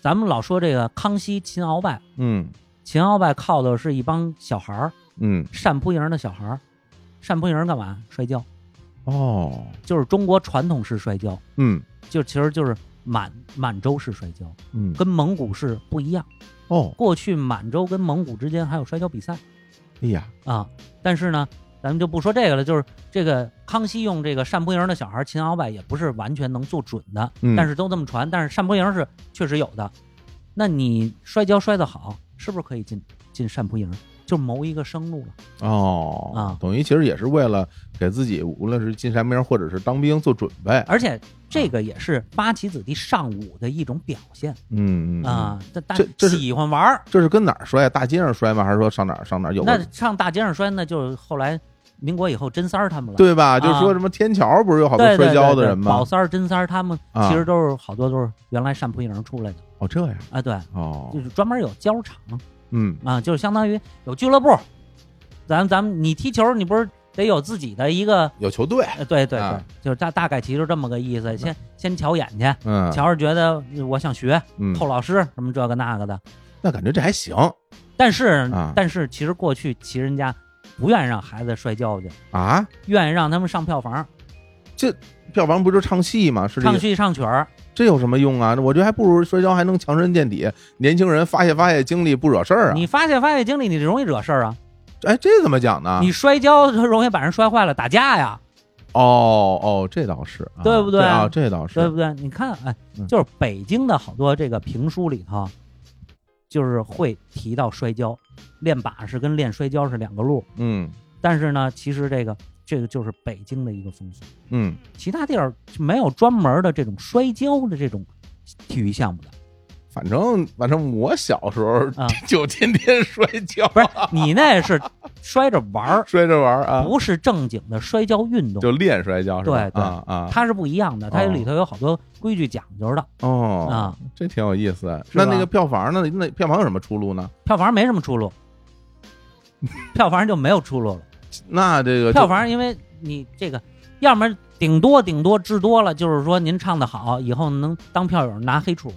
咱们老说这个康熙、秦鳌拜，
嗯
秦鳌拜靠的是一帮小孩儿，
嗯，
单扑营的小孩儿。单扑营干嘛？摔跤，
哦，
就是中国传统式摔跤，
嗯
就其实就是满满洲式摔跤，
嗯，
跟蒙古式不一样。
哦，
过去满洲跟蒙古之间还有摔跤比赛
哎呀，
啊，但是呢，咱们就不说这个了。就是这个康熙用这个单扑营的小孩儿秦鳌拜也不是完全能做准的，
嗯
但是都这么传。但是单扑营是确实有的。那你摔跤摔得好，是不是可以进进单扑营，就谋一个生路了？
哦
啊，
等于其实也是为了给自己，无论是进山兵或者是当兵做准备，
而且这个也是八旗子弟尚武的一种表现
嗯嗯
啊，。但但
这这是
喜欢玩儿，
这是跟哪儿摔啊？大街上摔吗？还是说上哪儿上哪儿有个？
那上大街上摔，那就是后来民国以后甄三儿他们了，
对吧？就说
啊
什么天桥不是有好多
对对
摔跤的
对对
人吗？
宝三儿、甄三儿他们
啊
其实都是好多都是原来单蒲营出来的
哦，这样
啊，对，
哦
就是专门有跤场
嗯
啊，就是相当于有俱乐部。咱咱们你踢球，你不是得有自己的一个
有球队？
呃对对对
啊，
就是大大概其实这么个意思。先先瞧眼去，
嗯
瞧着觉得呃我想学
嗯，
透老师什么这个那个的，
那感觉这还行。
但是
啊
但是其实过去其实人家不愿意让孩子摔跤去，
啊，
愿意让他们上票房，
这票房不就唱戏吗？是这个
唱戏唱曲儿，
这有什么用啊？我觉得还不如摔跤还能强身健体，年轻人发泄发泄精力，不惹事儿啊。
你发泄发泄精力，你容易惹事儿啊。
哎，这怎么讲呢？
你摔跤它容易把人摔坏了，打架呀，
哦哦，这倒是，啊
对不对
啊，这倒是嗯
对不对？你看，哎，就是北京的好多这个评书里头，就是会提到摔跤，练把式跟练摔跤是两个路。
嗯
但是呢，其实这个这个就是北京的一个风俗，
嗯，
其他地儿就没有专门的这种摔跤的这种体育项目的。
反正反正我小时候就天天摔跤，
啊不是你那是摔着玩儿，
摔着玩儿啊，
不是正经的摔跤运动，
就练摔跤是吧？
对对
啊啊，
它是不一样的，它
哦
里头有好多规矩讲究的。
哦
啊，
这挺有意思。
是
那
吧
那个票房呢？那票房有什么出路呢？
票房没什么 出路，票房就没有出路了。
那这个就
票房，因为你这个，要么顶多顶多至多了，就是说您唱的好，以后能当票友拿黑杵。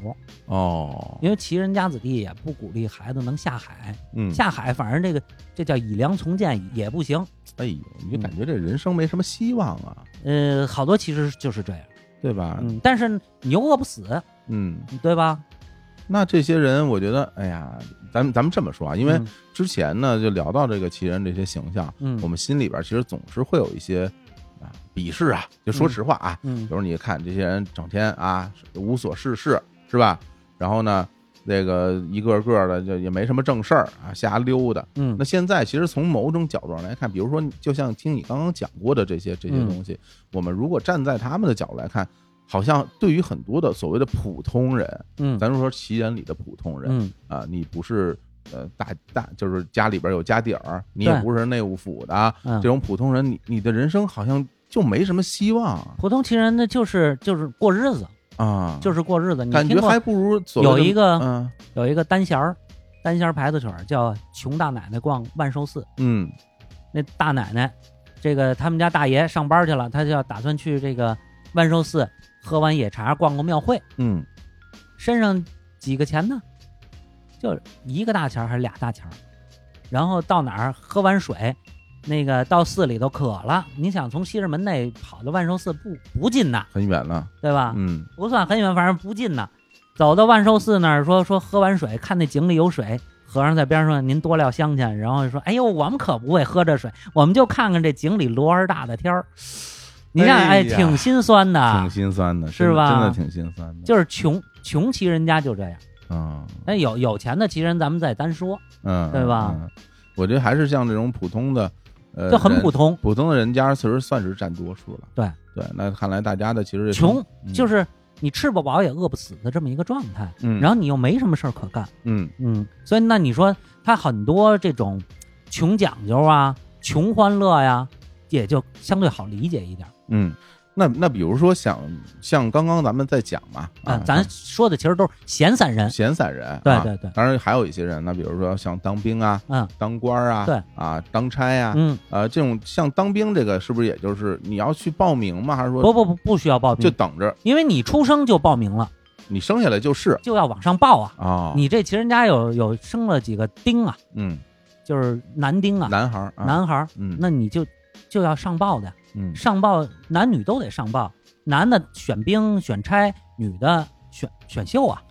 哦，
因为旗人家子弟也不鼓励孩子能下海，
嗯
下海反正这个这叫以良从谏也不行。
哎呦，
嗯
你就感觉这人生没什么希望啊，
呃，好多其实就是这样，
对吧？
嗯，但是你又饿不死，
嗯，
对吧？
那这些人，我觉得，哎呀，咱们咱们这么说啊，因为
嗯
之前呢就聊到这个奇人这些形象，
嗯
我们心里边其实总是会有一些啊鄙视啊，就说实话啊，
嗯嗯
比如你看这些人整天啊无所事事是吧？然后呢，那个一个个的就也没什么正事儿啊，瞎溜达。
嗯
那现在其实从某种角度上来看，比如说，就像听你刚刚讲过的这些这些
嗯
东西，我们如果站在他们的角度来看。好像对于很多的所谓的普通人，
嗯
咱就说旗人里的普通人，
嗯
啊，你不是呃大大，就是家里边有家底儿，你
对
也不是内务府的，
嗯
这种普通人，你你的人生好像就没什么希望啊
普通旗人呢，就是就是过日子，
啊，
就是过日子。你
感觉
听过
还不如所谓
有
的
一个、
嗯
有一个单弦儿，单弦儿牌子曲儿叫《穷大奶奶逛万寿寺》。
嗯
那大奶奶，这个他们家大爷上班去了，他就要打算去这个万寿寺喝完野茶，逛个庙会，
嗯
身上几个钱呢？就一个大钱儿还是俩大钱儿？然后到哪儿喝完水，那个到寺里头渴了，你想从西直门内跑到万寿寺不不近呐，
很远了，
对吧？
嗯
不算很远，反正不近呐。走到万寿寺那儿，说说喝完水，看那井里有水，和尚在边上说：“您多料香去。”然后就说：“哎呦，我们可不会喝这水，我们就看看这井里罗儿大的天儿。”你想，
哎
哎，
呀
挺心酸的，
挺心酸的，
啊是吧？
真的挺心酸的，
就是穷穷其人家就这样，
嗯
那有有钱的其人咱们再单说，
嗯，
对吧
嗯？我觉得还是像这种普通的，呃，
就很
人
普通，
普通的人家其实算是占多数了。
对
对，那看来大家的其实也
穷
嗯
就是你吃不饱也饿不死的这么一个状态，
嗯
然后你又没什么事儿可干，
嗯
嗯，所以那你说他很多这种穷讲究啊、穷欢乐呀、也就相对好理解一点。
嗯，那那比如说像像刚刚咱们在讲嘛，
啊，咱说的其实都是闲散人，
闲散人，
对
啊
对对
当然还有一些人呢，比如说像当兵啊，
嗯，
当官儿啊，
对
啊，当差啊，
嗯，
呃，这种像当兵这个是不是也就是你要去报名吗？还是说
不不不不需要报名，
就等着
因为你出生就报名了，
你生下来就是
就要往上报啊。
啊，
你这其人家有有生了几个丁啊，
嗯，
就是男丁啊，
男孩儿啊
男孩儿，
嗯
那你就就要上报的，
嗯
上报男女都得上报，男的选兵选差，女的选选秀啊，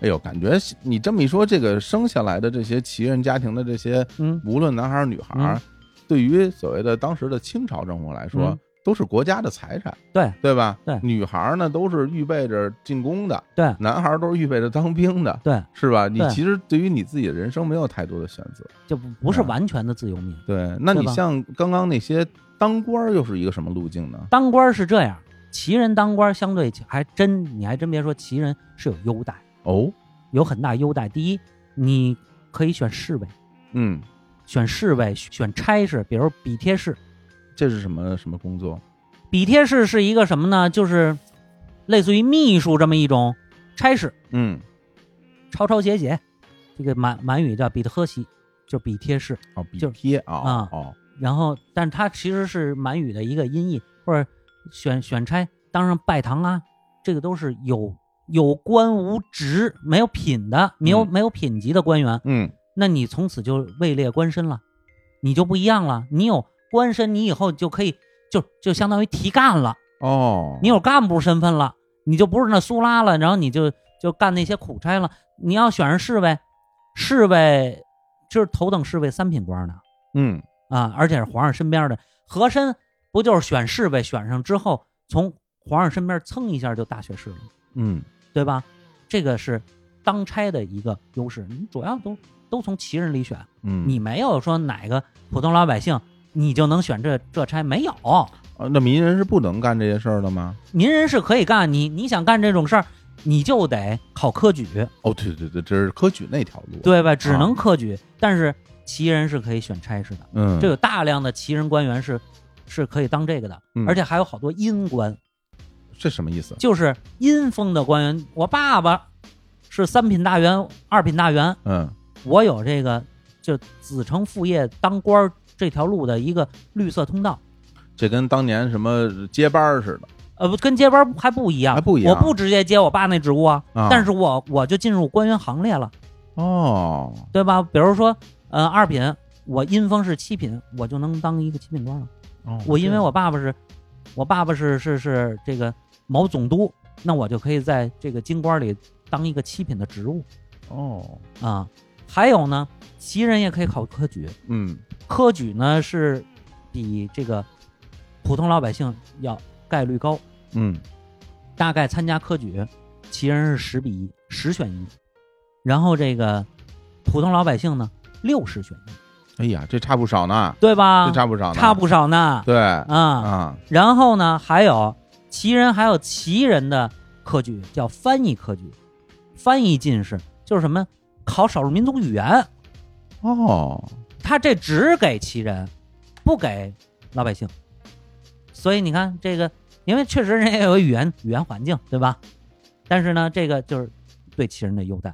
哎呦，感觉你这么一说，这个生下来的这些旗人家庭的这些，
嗯
无论男孩儿女孩儿，
嗯
对于所谓的当时的清朝政府来说，
嗯
都是国家的财产，
对
对吧？
对
女孩儿呢都是预备着进宫的，
对
男孩儿都是预备着当兵的，
对，
是吧？你
对
其实对于你自己的人生没有太多的选择。
就不不
嗯
是完全的自由民。
对，那
对
你
吧
像刚刚那些当官儿又是一个什么路径呢？
当官儿是这样，旗人当官儿相对起还真，你还真别说，旗人是有优待，
哦，
有很大优待。第一，你可以选侍卫，
嗯
选侍卫，选差事，比如比贴士，
这是什么什么工作？
比贴士是一个什么呢？就是类似于秘书这么一种差事，
嗯，
抄抄写写，这个满满语叫比特赫西，就比贴士
哦，比
贴
啊
啊
哦，
然后，但是它其实是满语的一个音译，或者选选差，当然拜堂啊，这个都是有有官无职、没有品的、没有、没有品级的官员，
嗯，
那你从此就位列官绅了，你就不一样了，你有官绅，你以后就可以就就相当于提干了。
哦，
你有干部身份了，你就不是那苏拉了，然后你就就干那些苦差了。你要选上侍卫，侍卫就是头等侍卫三品官呢
嗯
啊，而且是皇上身边的和珅，不就是选侍卫选上之后，从皇上身边蹭一下就大学士了，
嗯
对吧？这个是当差的一个优势，你主要都都从旗人里选，
嗯
你没有说哪个普通老百姓你就能选这这差，没有。
啊，那民人是不能干这些事儿的吗？
民人是可以干，你你想干这种事儿，你就得考科举，
哦，对对对，这是科举那条路，
对吧？只
啊
能科举，但是旗人是可以选差事的，
嗯
这有大量的旗人官员是是可以当这个的，
嗯
而且还有好多阴官，
这什么意思？
就是阴封的官员。我爸爸是三品大员、二品大员，
嗯
我有这个就子承父业当官儿这条路的一个绿色通道。
这跟当年什么接班儿似的，
呃，不跟接班还不一样，
还不一样
我不直接接我爸那职务啊，
啊
但是我我就进入官员行列了，
哦，
对吧？比如说，呃，二品，我阴风是七品，我就能当一个七品官了。
哦
我因
这
为
样
我爸爸是，我爸爸是是是这个某总督，那我就可以在这个京官里当一个七品的职务
哦
啊。还有呢，旗人也可以考科举，
嗯
科举呢是比这个普通老百姓要概率高，
嗯
大概参加科举，旗人是十比一，十选一，然后这个普通老百姓呢六十选一，
哎呀，这差不少呢，
对吧？
这差不少呢，
啊差不少呢。
对
啊
啊，
然后呢，还有旗人，还有旗人的科举叫翻译科举，翻译进士就是什么考少数民族语言，
哦，
他这只给旗人，不给老百姓。所以你看这个，因为确实人家有语言语言环境，对吧？但是呢，这个就是对旗人的优待。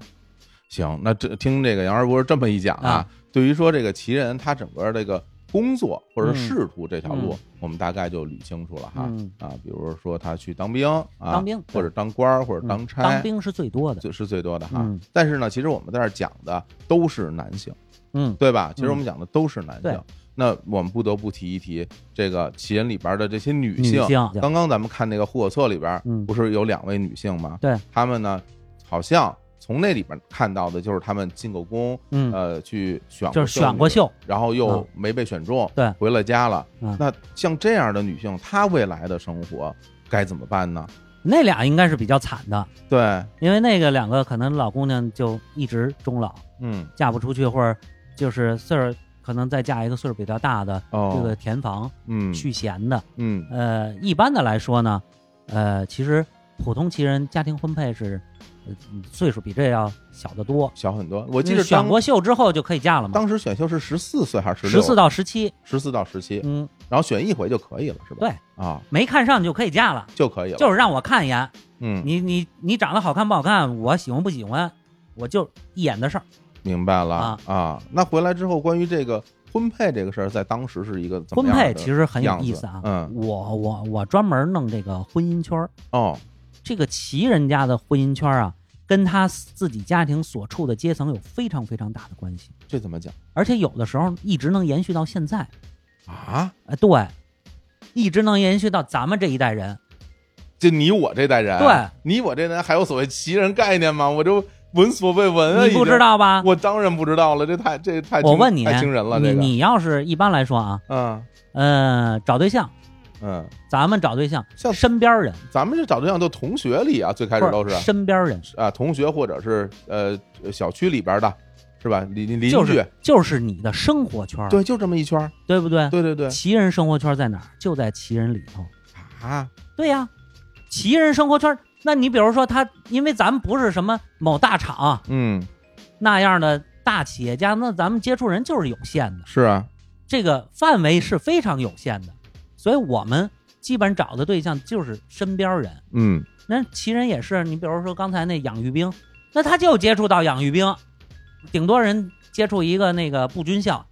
行，那这听这个杨二波这么一讲啊，
啊
对于说这个旗人他整个这个工作或者
嗯
仕途这条路，
嗯
我们大概就捋清楚了哈、
嗯
啊，比如说他去当兵啊，
当兵嗯
或者当官儿或者当差，
当兵是最多的，
是最多的哈、
嗯
但是呢，其实我们在这儿讲的都是男性，
嗯，
对吧？其实我们讲的都是男性。
对
那我们不得不提一提这个奇人里边的这些女性。
女性
刚刚咱们看那个户口册里边，
嗯
不是有两位女性吗？
对，
她们呢，好像从那里边看到的就是她们进过宫，
嗯
呃，去选
就是选过秀
秀，然后又
嗯
没被选中，
对
回了家了。
嗯
那像这样的女性，她未来的生活该怎么办呢？
那俩应该是比较惨的，
对，
因为那个两个可能老姑娘就一直终老，
嗯
嫁不出去，或者就是岁数可能再嫁一个岁数比较大的，
哦
这个填房，
嗯
续弦的，
嗯
呃，一般的来说呢，呃，其实普通旗人家庭婚配是。呃岁数比这要小得多，
小很多。我记
因
得
为选
当
过秀之后就可以嫁了嘛。
当时选秀是十四岁还是十
十四到十七，
十四到十七，
嗯，
然后选一回就可以了，是吧？
对
啊，
没看上就可以嫁了，
就可以了，
就是让我看一眼，
嗯，
你你你长得好看不好看，我喜欢不喜欢，我就一眼的事儿。
明白了啊那回来之后，关于这个婚配这个事儿，在当时是一个怎
婚
么样的
配其实很有
样子
意思啊，
嗯，
我我我专门弄这个婚姻圈儿
哦，
这个旗人家的婚姻圈儿啊，跟他自己家庭所处的阶层有非常非常大的关系，
这怎么讲
而且有的时候一直能延续到现在，
啊？
哎，对，一直能延续到咱们这一代人，
就你我这代人，
对，
你我这代人还有所谓旗人概念吗？我就闻所未闻啊，
你不
已经
知道吧
我当然不知道了，这太这太惊
我问你，
太惊人了，
你
这个
你要是一般来说啊，
嗯
呃，找对象，
嗯，
咱们找对象，身边人，
咱们这找对象都同学里啊，最开始都
不
是
是身边人
啊，同学或者是呃小区里边的，是吧？邻邻邻居、
就是就是你的生活圈儿，
对，就这么一圈儿
对不对？
对对对
旗人生活圈在哪儿？就在旗人里头。
啊。
对呀、旗人生活圈儿。那你比如说他，因为咱们不是什么某大厂
嗯，
那样的大企业家，那咱们接触人就是有限的，
是啊，
这个范围是非常有限的。所以我们基本找的对象就是身边人。
嗯
那其人也是，你比如说刚才那养育兵，那他就接触到养育兵，顶多人接触一个那个步军校，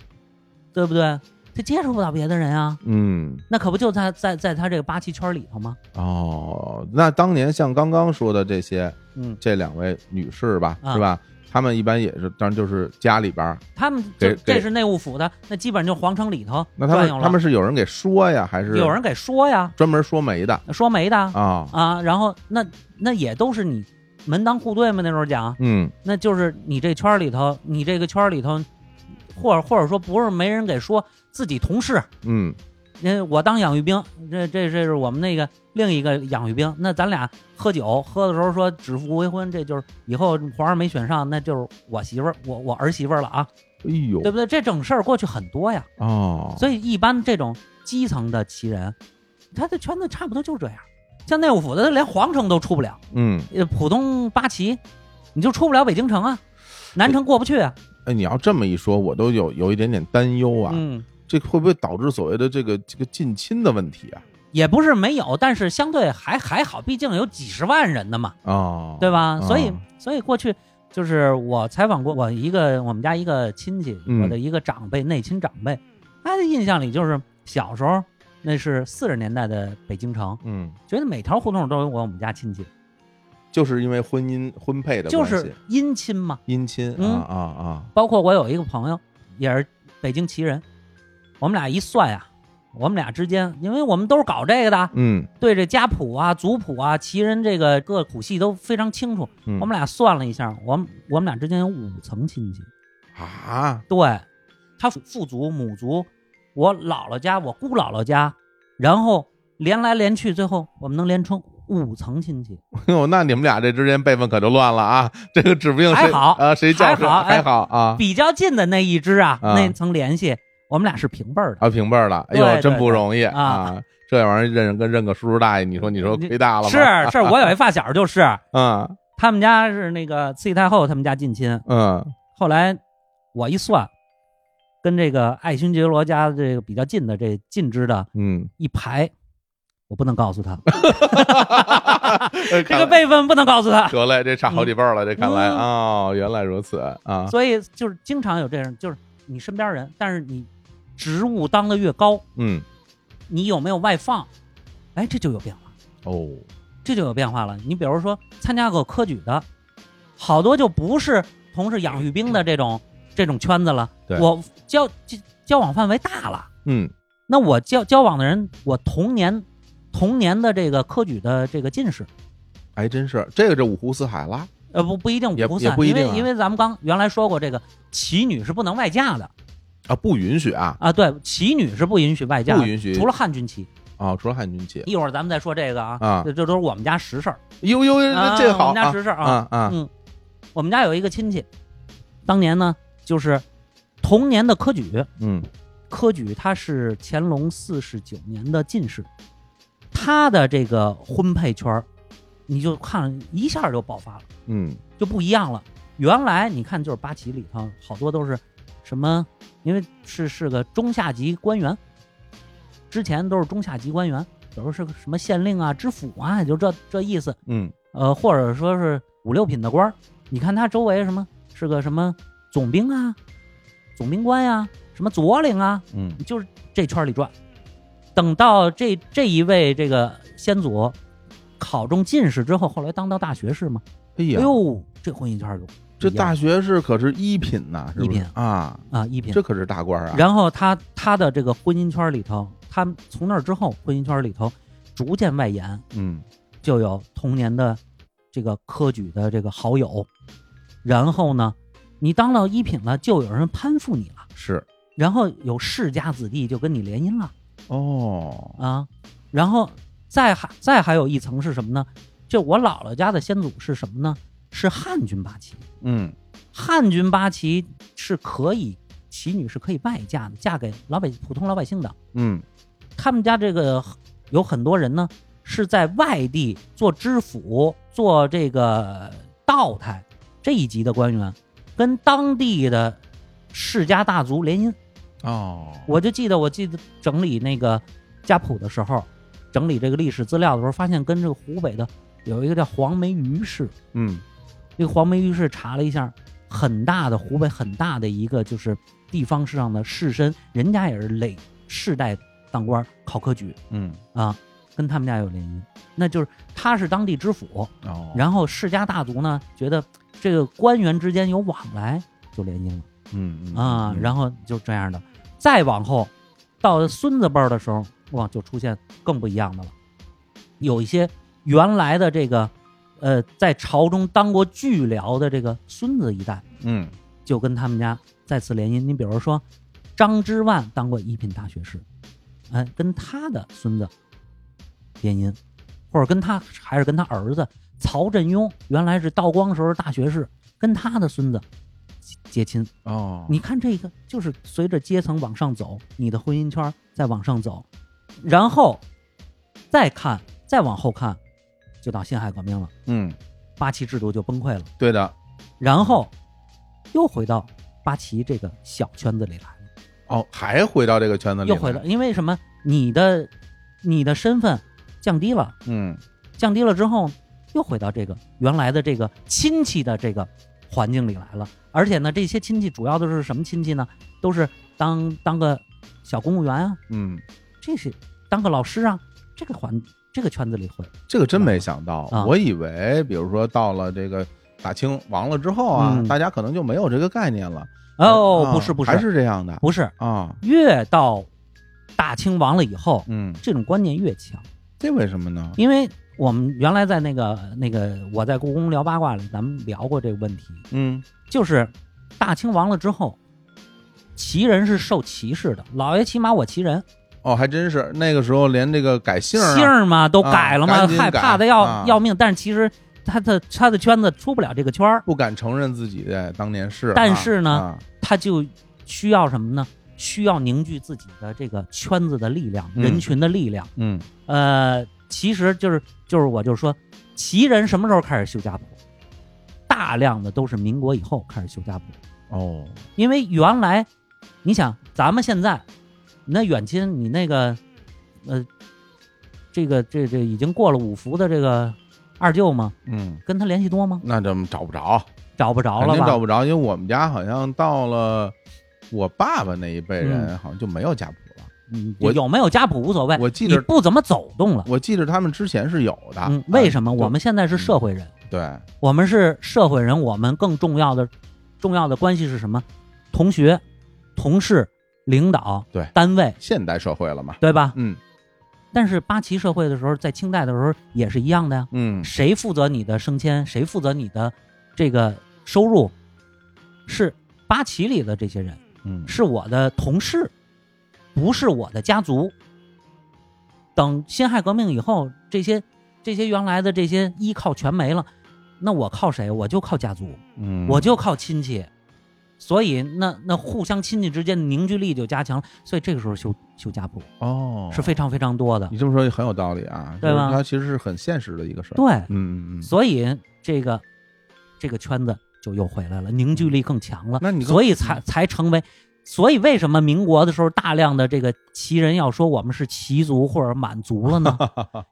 对不对？他接触不到别的人啊，
嗯，
那可不就在在在他这个八旗圈里头吗？
哦，那当年像刚刚说的这些，
嗯
这两位女士吧，
啊
是吧？她们一般也是，当然就是家里边儿，
他们
给
这
给
这是内务府的，那基本就皇城里头
那他
转悠
们
了。
他们是有人给说呀，还是
有人给说呀，
专门说媒的
说媒的啊
啊？
啊，然后那那也都是你门当户对嘛，那时候讲，
嗯
那就是你这圈儿里头，你这个圈儿里头，或者或者说不是没人给说，自己同事，
嗯
那我当养育兵，这这这是我们那个另一个养育兵，那咱俩喝酒喝的时候说指腹为婚，这就是以后皇上没选上，那就是我媳妇儿，我我儿媳妇儿了啊，
哎呦
对不对？这种事儿过去很多呀，
哦，
所以一般这种基层的旗人，他的圈子差不多就这样。像内务府的，他连皇城都出不了，
嗯，
呃，普通八旗，你就出不了北京城啊，南城过不去啊。
哎，你要这么一说，我都有有一点点担忧啊。
嗯，
这会不会导致所谓的这个这个近亲的问题啊？
也不是没有，但是相对还还好，毕竟有几十万人的嘛，
哦，
对吧？
哦
所以所以过去就是我采访过我一个我们家一个亲戚，
嗯
我的一个长辈，内亲长辈，他的印象里就是小时候那是四十年代的北京城，
嗯，
觉得每条胡同都有我们家亲戚，
就是因为婚姻婚配的
就
关系
是姻亲嘛，
姻亲
嗯
啊啊啊，
包括我有一个朋友也是北京旗人，我们俩一算啊，我们俩之间，因为我们都是搞这个的，
嗯
对这家谱啊、族谱啊、旗人这个各谱系都非常清楚。
嗯
我们俩算了一下，我们我们俩之间有五层亲戚。
啊，
对，他父父族、母族，我姥姥家，我姑姥姥家，然后连来连去，最后我们能连成五层亲戚。
哟，那你们俩这之间辈分可就乱了啊！这个指不定谁
还好
啊，谁叫
还
谁
好哎
还好啊，
比较近的那一支啊，
啊
那层联系，我们俩是平辈儿的。
啊平辈儿了，哎
对
呦，
对
真不容易
对
啊！这玩意儿认跟认个叔叔大爷，你说你说亏大了吗？
是是，我有一发小就是，
嗯
他们家是那个慈禧太后他们家近亲，
嗯
后来我一算，跟这个爱新觉罗家这个比较近的这近支的，
嗯，
一排，我不能告诉他，
这
这个辈分不能告诉他，
得嘞，这差好几辈儿了，这看来
嗯
哦，原来如此啊！
所以就是经常有这样，就是你身边人，但是你职务当的越高，
嗯
你有没有外放，哎，这就有变化，
哦，
这就有变化了。你比如说参加过科举的，好多就不是同是养育兵的这种这种圈子了，
对
我交交交往范围大了。
嗯
那我交交往的人，我同年同年的这个科举的这个进士，
哎，真是这个就五湖四海啦，
呃，不不一定
也
不
也
算，
不一
因为
定啊
因为咱们刚原来说过，这个旗女是不能外嫁的
啊，不允许啊
啊，对，旗女是不允许外嫁的，
不允许
除了汉军旗。
啊，除了汉军旗，
一会儿咱们再说这个啊，
啊
这这都是我们家实事儿。
呦呦，
啊
这好
我们家
啊
实事儿
啊啊
嗯，我们家有一个亲戚，当年呢就是同年的科举，
嗯
科举他是乾隆四十九年的进士，他的这个婚配圈儿，你就看一下就爆发了，
嗯
就不一样了。原来你看就是八旗里头好多都是什么，因为是是个中下级官员，之前都是中下级官员，有时候是个什么县令啊、知府啊，也就这这意思。
嗯
呃，或者说是五六品的官儿，你看他周围什么是个什么总兵啊、总兵官呀、什么左领啊，
嗯
你就是这圈儿里转。等到这这一位这个先祖考中进士之后，后来当到大学士嘛，
哎呀
呦，这婚姻圈儿就
这
不一样
大学士可是一品呐，是不是
一品
啊
啊一品
这可是大官啊。
然后他他的这个婚姻圈儿里头，他从那儿之后，婚姻圈儿里头逐渐外延，
嗯
就有童年的这个科举的这个好友，然后呢，你当到一品了，就有人攀附你了，
是
然后有世家子弟就跟你联姻了
哦
啊，然后再还再还有一层是什么呢？就我姥姥家的先祖是什么呢？是汉军八旗，
嗯
汉军八旗是可以，旗女是可以外嫁的，嫁给老百普通老百姓的。
嗯
他们家这个有很多人呢是在外地做知府、做这个道台这一级的官员，跟当地的世家大族联姻。
哦
我就记得，我记得整理那个家谱的时候，整理这个历史资料的时候，发现跟这个湖北的有一个叫黄梅余氏，
嗯，
这个黄梅余氏查了一下，很大的湖北很大的一个就是地方市上的士绅，人家也是累世代当官考科举
嗯
啊，跟他们家有联姻，那就是他是当地知府，
哦，
然后世家大族呢觉得这个官员之间有往来，就联姻了。
嗯
啊，然后就这样的。再往后，到孙子辈儿的时候，哇，就出现更不一样的了。有一些原来的这个，呃，在朝中当过巨僚的这个孙子一代，
嗯
就跟他们家再次联姻。你比如说，张之万当过一品大学士，哎，跟他的孙子联姻，或者跟他还是跟他儿子曹振庸，原来是道光时候大学士，跟他的孙子结亲。
哦，
你看这个，就是随着阶层往上走，你的婚姻圈在往上走，然后再看，再往后看，就到辛亥革命了，
嗯，
八旗制度就崩溃了。
对的，
然后又回到八旗这个小圈子里来，
哦，还回到这个圈子里，
又回到，，因为什么？你的你的身份降低了，
嗯
降低了之后，又回到这个原来的这个亲戚的这个环境里来了。而且呢，这些亲戚主要都是什么亲戚呢？都是当当个小公务员啊，
嗯，
这些当个老师啊，这个环这个圈子里会。
这个真没想到
啊，
我以为比如说到了这个大清亡了之后啊
嗯，
大家可能就没有这个概念了。
哦，
啊
不是不是，
还是这样的，
不是
啊。
越到大清亡了以后，
嗯，
这种观念越强，
这为什么呢？
因为我们原来在那个那个我在故宫聊八卦里，咱们聊过这个问题，
嗯，
就是大清亡了之后，旗人是受歧视的，老爷骑马我骑人，
哦，还真是那个时候连这个改姓啊
姓儿嘛都改了嘛，
啊赶紧
害怕的
改
要、
啊
要命，但是其实他的他的圈子出不了这个圈儿，
不敢承认自己在当年是啊，
但是呢，
啊
他就需要什么呢？需要凝聚自己的这个圈子的力量，
嗯
人群的力量。
嗯，
呃，其实就是就是我就说，旗人什么时候开始修家谱？大量的都是民国以后开始修家谱，
哦，
因为原来你想咱们现在，你那远亲，你那个呃，这个这这已经过了五福的这个二舅吗？
嗯，
跟他联系多吗？
那怎么找不着？
找不着了吧
肯定找不着，因为我们家好像到了我爸爸那一辈人，
嗯
好像就没有家谱了。
嗯
我
有没有家谱无所谓，
我记得
你不怎么走动了。
我记得他们之前是有的。
嗯，为什么？
啊嗯
我们现在是社会人，
对，
我们是社会人，我们更重要的重要的关系是什么？同学、同事、领导、
对
单位，
现代社会了嘛？
对吧？
嗯
但是八旗社会的时候，在清代的时候也是一样的呀。
嗯，
谁负责你的升迁？谁负责你的这个收入？是八旗里的这些人，
嗯，
是我的同事，不是我的家族。等辛亥革命以后，这些这些原来的这些依靠全没了，那我靠谁？我就靠家族，
嗯，
我就靠亲戚。所以那那互相亲戚之间的凝聚力就加强了，所以这个时候修修家谱
哦，
是非常非常多的。
你这么说也很有道理啊，
对吧
就是它其实是很现实的一个事儿。
对
嗯嗯嗯，
所以这个这个圈子就又回来了，凝聚力更强了。
嗯那你更
所以才才成为，所以为什么民国的时候大量的这个旗人要说我们是旗族或者满族了 呢？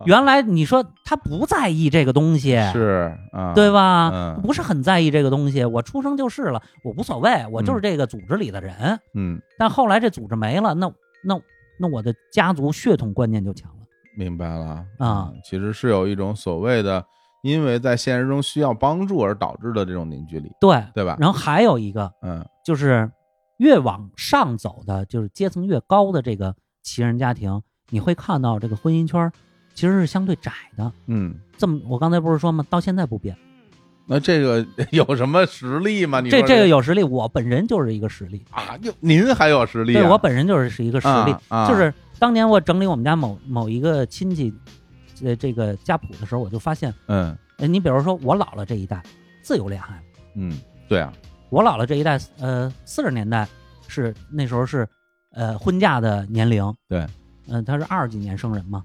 原来你说他不在意这个东西，
是啊，
对吧？
嗯
不是很在意这个东西，我出生就是了，我无所谓，我就是这个组织里的人。
嗯，
但后来这组织没了，那那那我的家族血统观念就强了。
明白了
啊
嗯其实是有一种所谓的，因为在现实中需要帮助而导致的这种凝聚力。
对
对吧？
然后还有一个，
嗯，
就是越往上走的，就是阶层越高的这个旗人家庭，你会看到这个婚姻圈儿其实是相对窄的。
嗯，
这么我刚才不是说吗？到现在不变，
那这个 有什么实力吗？你
这
说
这个有实力，我本人就是一个实例，
啊？哟，您还有实力、啊？
对我本人就是是一个实例，
啊啊
就是当年我整理我们家某某一个亲戚，呃，这个家谱的时候，我就发现，
嗯
呃，你比如说我姥姥这一代自由恋爱，
嗯，对啊，
我姥姥这一代，呃，四十年代是那时候是，呃，婚嫁的年龄，
对，
嗯、她是二十几年生人嘛。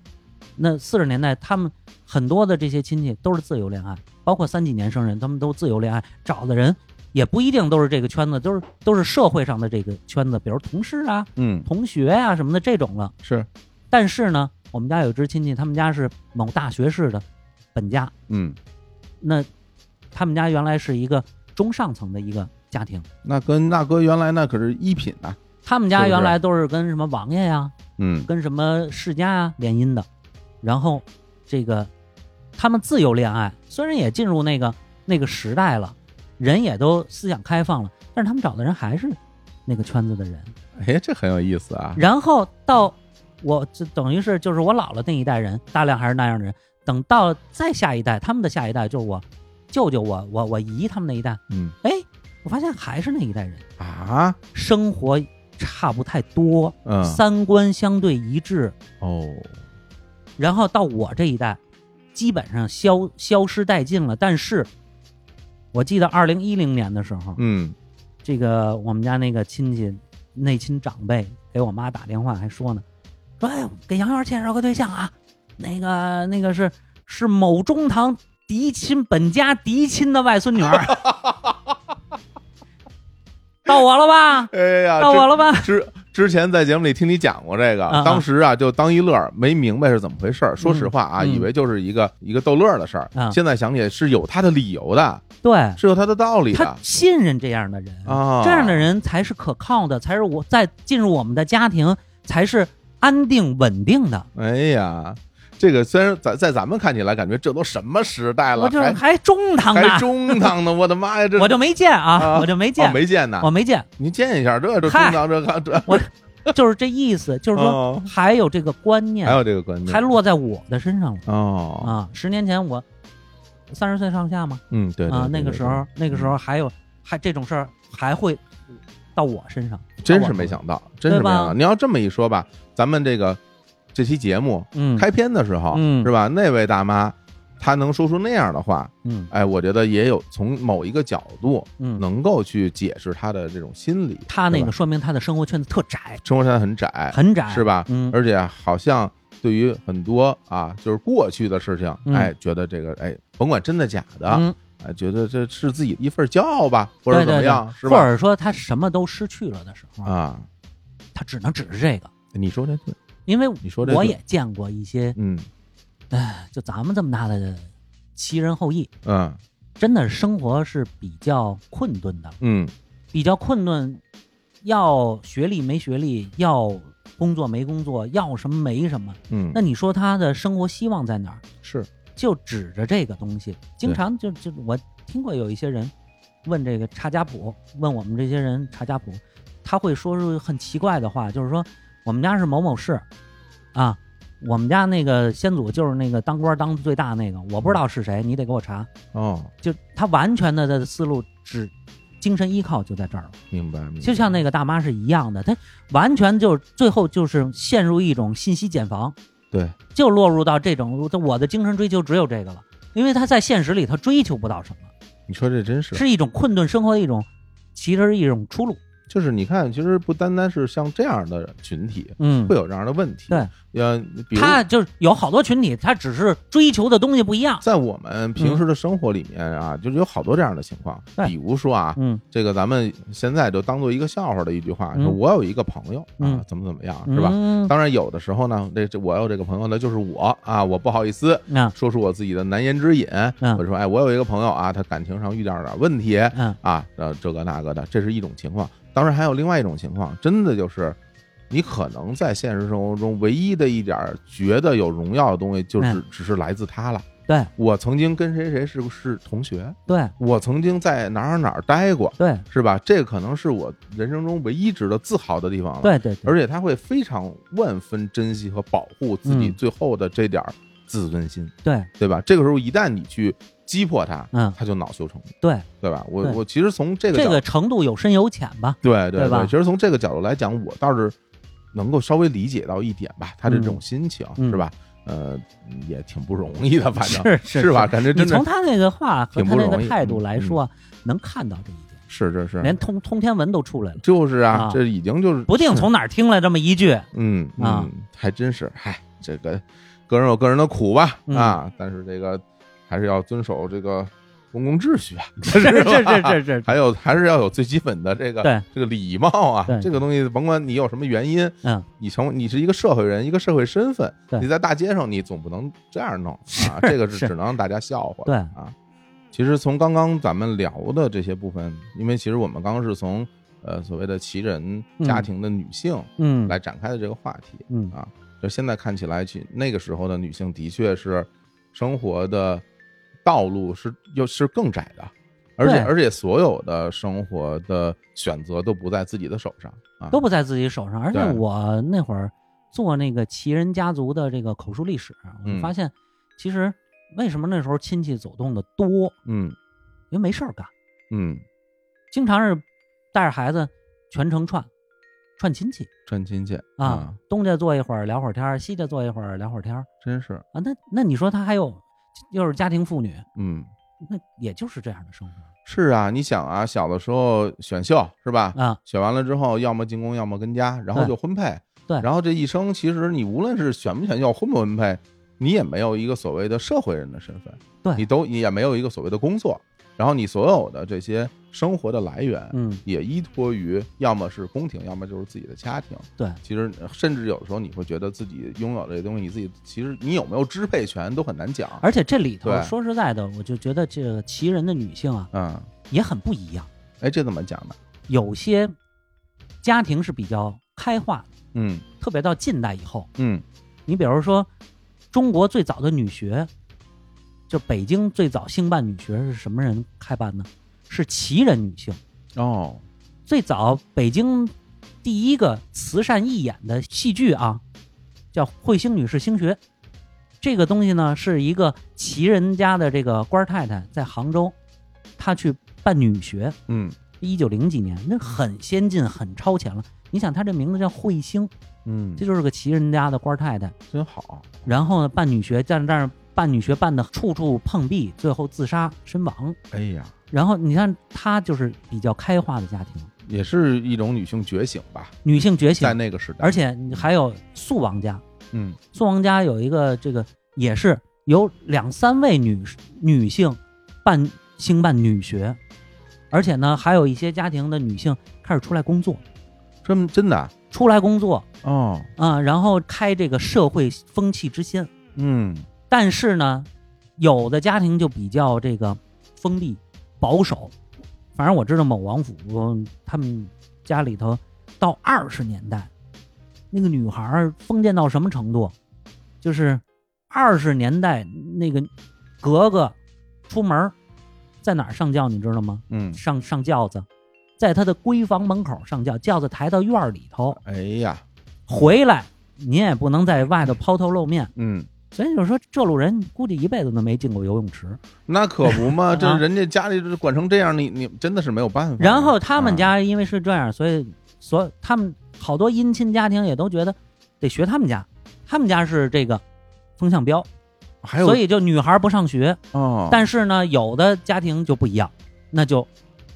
那四十年代，他们很多的这些亲戚都是自由恋爱，包括三几年生人，他们都自由恋爱，找的人也不一定都是这个圈子，都是都是社会上的这个圈子，比如同事啊、
嗯
同学啊什么的这种了。
是，
但是呢，我们家有只亲戚，他们家是某大学士的本家，
嗯，
那他们家原来是一个中上层的一个家庭，
那跟那哥原来那可是一品啊，
他们
是
家
不是
原来都是跟什么王爷呀、
嗯
跟什么世家啊联姻的，然后这个他们自由恋爱，虽然也进入那个那个时代了，人也都思想开放了，但是他们找的人还是那个圈子的人。
哎，这很有意思啊。
然后到我这等于是就是我姥姥那一代人，大量还是那样的人。等到再下一代，他们的下一代就是我舅舅我、我我姨他们那一代，
嗯，
哎，我发现还是那一代人
啊，
生活差不太多，
嗯
三观相对一致
哦。
然后到我这一代，基本上消消失殆尽了。但是，我记得二零一零年的时候，
嗯，
这个我们家那个亲戚内亲长辈给我妈打电话，还说呢，说哎，给杨元介绍个对象啊，那个那个是是某中堂嫡亲本家嫡亲的外孙 女儿，到我了吧？
哎呀，
到我了吧？
之之前在节目里听你讲过这个
啊啊，
当时啊就当一乐儿，没明白是怎么回事儿。说实话啊，
嗯
以为就是一个一个逗乐儿的事儿
啊，
现在想起来是有他的理由的，
对，
是有他的道理
他
的
信任这样的人，
啊。
这样的人才是可靠的，才是我在进入我们的家庭才是安定稳定的。
哎呀，这个虽然在在咱们看起来感觉这都什么时代了，
我就是
还
还中堂呢，
哎
啊
还中堂 呢，我的妈呀，这
我就没见啊，
啊
我就没见，
哦没见呢
我没见，
您见一下，这这中
嗨
堂这看这
我就是这意 思，就是说
哦
还有这个观念，
还有这个观念
还落在我的身上了
哦
啊！十年前我三十岁上下嘛，
嗯对对
啊，
对
那个
对
时候
对
那个时候还有还这种事儿还会到我身上，
真是没想到，真是没想
对吧
到。你要这么一说吧，咱们这个这期节目，
嗯
开篇的时候，
嗯
是吧？那位大妈她能说出那样的话，
嗯，
哎，我觉得也有从某一个角度，
嗯
能够去解释她的这种心理。
他那
是
个
吧
说明他的生活圈子特窄，
生活圈很窄，
很窄
是吧？
嗯
而且好像对于很多啊，就是过去的事情，
嗯
哎，觉得这个哎，甭管真的假的，
嗯
哎，觉得这是自己一份骄傲吧，或者
对
怎么
对
样，
对
是
或
吧？
者说他什么都失去了的时候，
啊，
他只能只是这个。
你说这对，
因为
你说这
我
对
也见过一些，
嗯
哎，就咱们这么大的旗人后裔，
嗯
真的生活是比较困顿的，
嗯
比较困顿，要学历没学历，要工作没工作，要什么没什么。
嗯
那你说他的生活希望在哪儿？
是
就指着这个东西，经
对
常就就我听过有一些人问这个查家谱，问我们这些人查家谱，他会说出很奇怪的话，就是说我们家是某某氏，啊，我们家那个先祖就是那个当官当最大那个，我不知道是谁，你得给我查。
哦，
就他完全的的思路只精神依靠就在这儿了，
明白明白，
就像那个大妈是一样的，她完全就最后就是陷入一种信息茧房。
对，
就落入到这种，我的精神追求只有这个了，因为他在现实里他追求不到什么，
你说这真是
是一种困顿生活的一种，其实是一种出路。
就是你看，其实不单单是像这样的群体，
嗯
会有这样的问题。
对，
呃，比如
他就是有好多群体，他只是追求的东西不一样。
在我们平时的生活里面啊，就是有好多这样的情况。
对
比如说啊，
嗯
这个咱们现在就当做一个笑话的一句话，
嗯
说我有一个朋友啊
嗯，
怎么怎么样，是吧
嗯？
当然有的时候呢，这这我有这个朋友呢，就是我啊，我不好意思
嗯
说出我自己的难言之隐，
嗯
我就说哎，我有一个朋友啊，他感情上遇到点问题，
嗯
啊，呃，这个那个的，这是一种情况。当然还有另外一种情况，真的就是。你可能在现实生活中唯一的一点儿觉得有荣耀的东西，就只
嗯
只是来自他了。
对
我曾经跟谁谁是是同学，
对
我曾经在哪儿哪儿待过，
对，
是吧？这可能是我人生中唯一值得自豪的地方了。
对对对
而且他会非常万分珍惜和保护自己
嗯
最后的这点儿自尊心，
对
对吧？这个时候一旦你去击破他，
嗯
他就恼羞成怒，
对，
对吧？我
对
我其实从这个
这
角
个程度有深有浅吧？
对对
对吧
其实从这个角度来讲，我倒是能够稍微理解到一点吧，他的这种心情、
嗯
是吧？呃，也挺不容易的，反正
是
是
是
吧？感觉真
你
的
从他那个话和
挺
他
不
那
容
个
易
态度
嗯
来
嗯
说，能看到这一点，
是是是，
连通通天文都出来了，
就是啊
啊，
这已经就是
不定从哪儿听来这么一句。
嗯
啊
嗯，还真是，嗨，这个个人有个人的苦吧
嗯
啊，但是这个还是要遵守这个公共秩序啊，
是
吧
是是是是
还有还是要有最基本的这个
对
这个礼貌啊
对，
这个东西甭管你有什么原因，
嗯，
你成为你是一个社会人，一个社会身份，
对
你在大街上你总不能这样弄 啊，这个是
是
只能让大家笑话
对
啊。其实从刚刚咱们聊的这些部分，因为其实我们刚刚是从呃所谓的奇人家庭的女性，
嗯
来展开的这个话题，
嗯
啊，就现在看起来，其那个时候的女性的确是生活的道路是又是更窄的，而且
对
而且所有的生活的选择都不在自己的手上啊，
都不在自己手上。而且
对
我那会儿做那个奇人家族的这个口述历史，我
嗯
就发现其实为什么那时候亲戚走动的多，
嗯
因为没事儿干，
嗯，
经常是带着孩子全程串串亲戚
串亲戚
啊，，东家坐一会儿聊会儿天儿，西家坐一会儿聊会儿天儿
真是，
啊。那那你说他还有又是家庭妇女，
嗯。
那也就是这样的生活。
是啊，你想啊，小的时候选秀是吧？
啊，
选完了之后，要么进宫，要么跟家，然后
对
就婚配。
对
然后这一生，其实你无论是选不选秀，婚不婚配，你也没有一个所谓的社会人的身份，
对
你都你也没有一个所谓的工作，然后你所有的这些生活的来源，
嗯，
也依托于要么是宫廷，要么就是自己的家庭。
对
其实甚至有时候你会觉得自己拥有这些东西，你自己其实你有没有支配权都很难讲。
而且这里头
对
说实在的，我就觉得这个奇人的女性啊，
嗯，
也很不一样。
哎，这怎么讲呢？
有些家庭是比较开化的，
嗯
特别到近代以后，
嗯
你比如说中国最早的女学，就北京最早兴办女学是什么人开办呢？是旗人女性。
哦，
最早北京第一个慈善义演的戏剧啊，叫《彗星女士星学》。这个东西呢，是一个旗人家的这个官儿太太在杭州，她去办女学，
嗯
一九零几年，那很先进、很超前了。你想，她这名字叫彗星，
嗯，
这就是个旗人家的官儿太太，
真好。
然后呢，办女学，但但是办女学办的处处碰壁，最后自杀身亡。
哎呀，
然后你看，她就是比较开化的家庭，
也是一种女性觉醒吧，
女性觉醒
在，那个时代，
而且你还有肃王家，
嗯
宋王家有一个这个也是有两三位女女性办兴办女学，而且呢，还有一些家庭的女性开始出来工作，
真真的啊
出来工作
哦，
啊、然后开这个社会风气之先。
嗯
但是呢，有的家庭就比较这个封闭、保守。反正我知道某王府他们家里头，到二十年代，那个女孩儿封建到什么程度？就是二十年代那个格格出门儿在哪儿上轿，你知道吗？
嗯
上上轿子，在她的闺房门口上轿，轿子抬到院儿里头，
哎呀，
回来你也不能在外头抛头露面，
嗯，
所以就是说，这路人估计一辈子都没进过游泳池。
那可不 嘛，这
啊
人家家里这管成这样，你你真的是没有办法。
然后他们家因为是这样，所以所他们好多姻亲家庭也都觉得得学他们家，他们家是这个风向标，
还有
所以就女孩不上学。
哦，
但
是
是呢，有的家庭就不一样，那就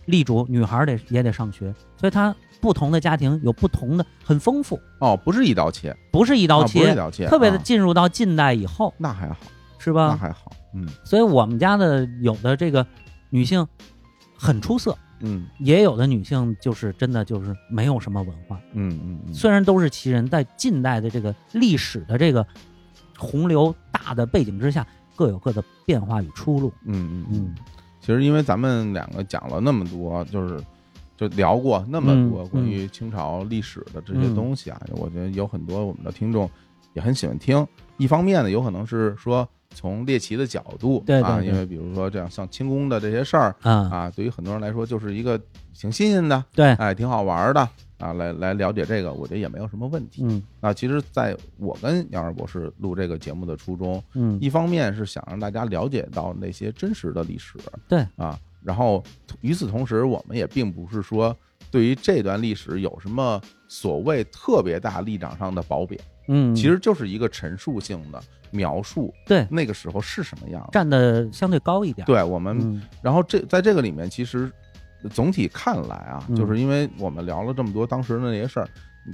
立主女孩得也得上学，所以他不同的家庭有不同的很丰富，
哦，不是一刀切，
不是一刀
啊不
切，
是一刀切
特别的啊
啊
进入到近代以后，
那还好，
是吧？
那还好，嗯
所以我们家的有的这个女性很出色，
嗯
也有的女性就是真的就是没有什么文化。
嗯嗯嗯，
虽然都是旗人，在近代的这个历史的这个洪流大的背景之下，各有各的变化与出路。
嗯嗯
嗯，
其实因为咱们两个讲了那么多，就是就聊过那么多
嗯
关于清朝历史的这些东西啊，我觉得有很多我们的听众也很喜欢听。一方面呢，有可能是说从猎奇的角度
对对
啊，
对
因为比如说这样像清宫的这些事儿
啊
对于很多人来说就是一个挺新鲜的，
对
哎，挺好玩的啊，来来了解这个，我觉得也没有什么问题。
嗯
那其实，在我跟杨二博士录这个节目的初衷，
嗯
一方面是想让大家了解到那些真实的历史，
对
啊，然后与此同时，我们也并不是说对于这段历史有什么所谓特别大立场上的褒贬，
嗯
其实就是一个陈述性的描述，
对
那个时候是什么样子，
站的相对高一点。
对我们，
嗯
然后这在这个里面，其实总体看来啊，
嗯
就是因为我们聊了这么多当时的那些事儿，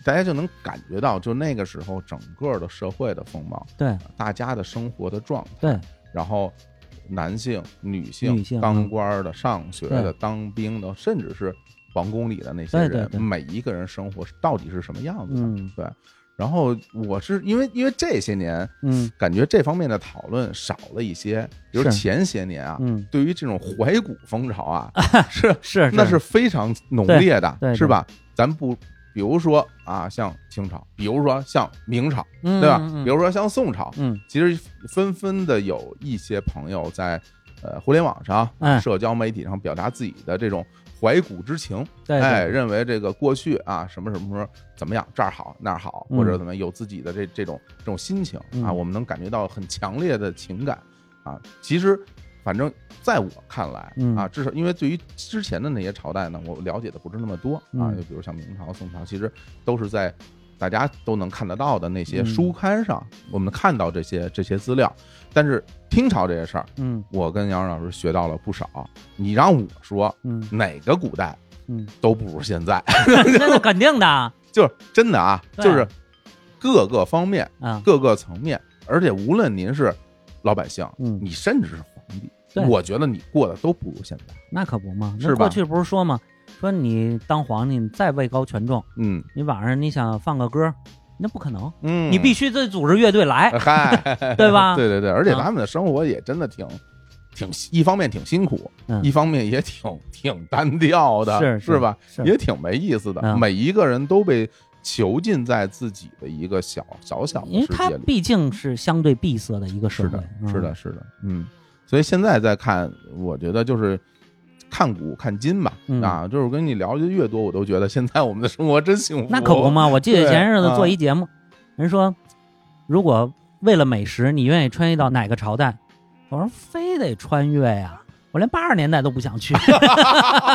大家就能感觉到，就那个时候整个的社会的风貌，
对
大家的生活的状态，
对，
然后男性、女性、
女性嗯
当官儿的、上学的、
对
当兵的，甚至是皇宫里的那些
对
人，
对对
每一个人生活到底是什么样子的？
嗯
对。然后我是因为因为这些年，
嗯，
感觉这方面的讨论少了一些。比如
是
前些年啊，
嗯
对于这种怀古风潮啊，是
是
那
是
是非常浓
对
烈的，
对对
是吧？咱不，比如说啊，像清朝，比如说像明朝，
嗯
对吧？
嗯嗯
比如说像宋朝，
嗯，
其实纷纷的有一些朋友在呃互联网上、
哎
社交媒体上表达自己的这种怀古之情，
对对
哎，认为这个过去啊什么什么什么怎么样，这儿好那儿好，
嗯
或者怎么样有自己的这这种这种心情啊，
嗯
我们能感觉到很强烈的情感啊。其实，反正在我看来
嗯
啊，至少因为对于之前的那些朝代呢，我了解的不是那么多啊，
嗯
就比如像明朝、宋朝，其实都是在大家都能看得到的那些
嗯
书刊上，我们看到这些这些资料。但是清朝这些事儿，
嗯
我跟杨老师学到了不少。你让我说，
嗯
哪个古代
嗯，
都不如现在，
那是肯定的，
就是真的啊，
对
就是各个方面
啊
各个层面，而且无论您是老百姓，
嗯
你甚至是皇帝，
对
我觉得你过得都不如现在。
那可不嘛。
是
那
吧
过去不是说嘛，说你当皇帝，你再位高权重，
嗯，
你晚上你想放个歌，那不可能，
嗯呃
你必须得组织乐队来，，
嗨
对吧？
对对对，而且
啊
他们的生活也真的挺。挺一方面挺辛苦，
嗯
一方面也挺挺单调的，
是
是
是
吧？
是
也挺没意思的。
嗯
每一个人都被囚禁在自己的一个小小小的
因为
世
它
界里。
毕竟是相对闭塞的一个社会，
是的，
嗯
是的，嗯，所以现在再看，我觉得就是看古看今吧，
嗯
啊，就是我跟你聊的越多，我都觉得现在我们的生活真幸福。
那可不嘛！我记得
哦对
前日子做一
啊
节目，人说如果为了美食，你愿意穿越到哪个朝代？我说非得穿越呀、我连八十年代都不想去，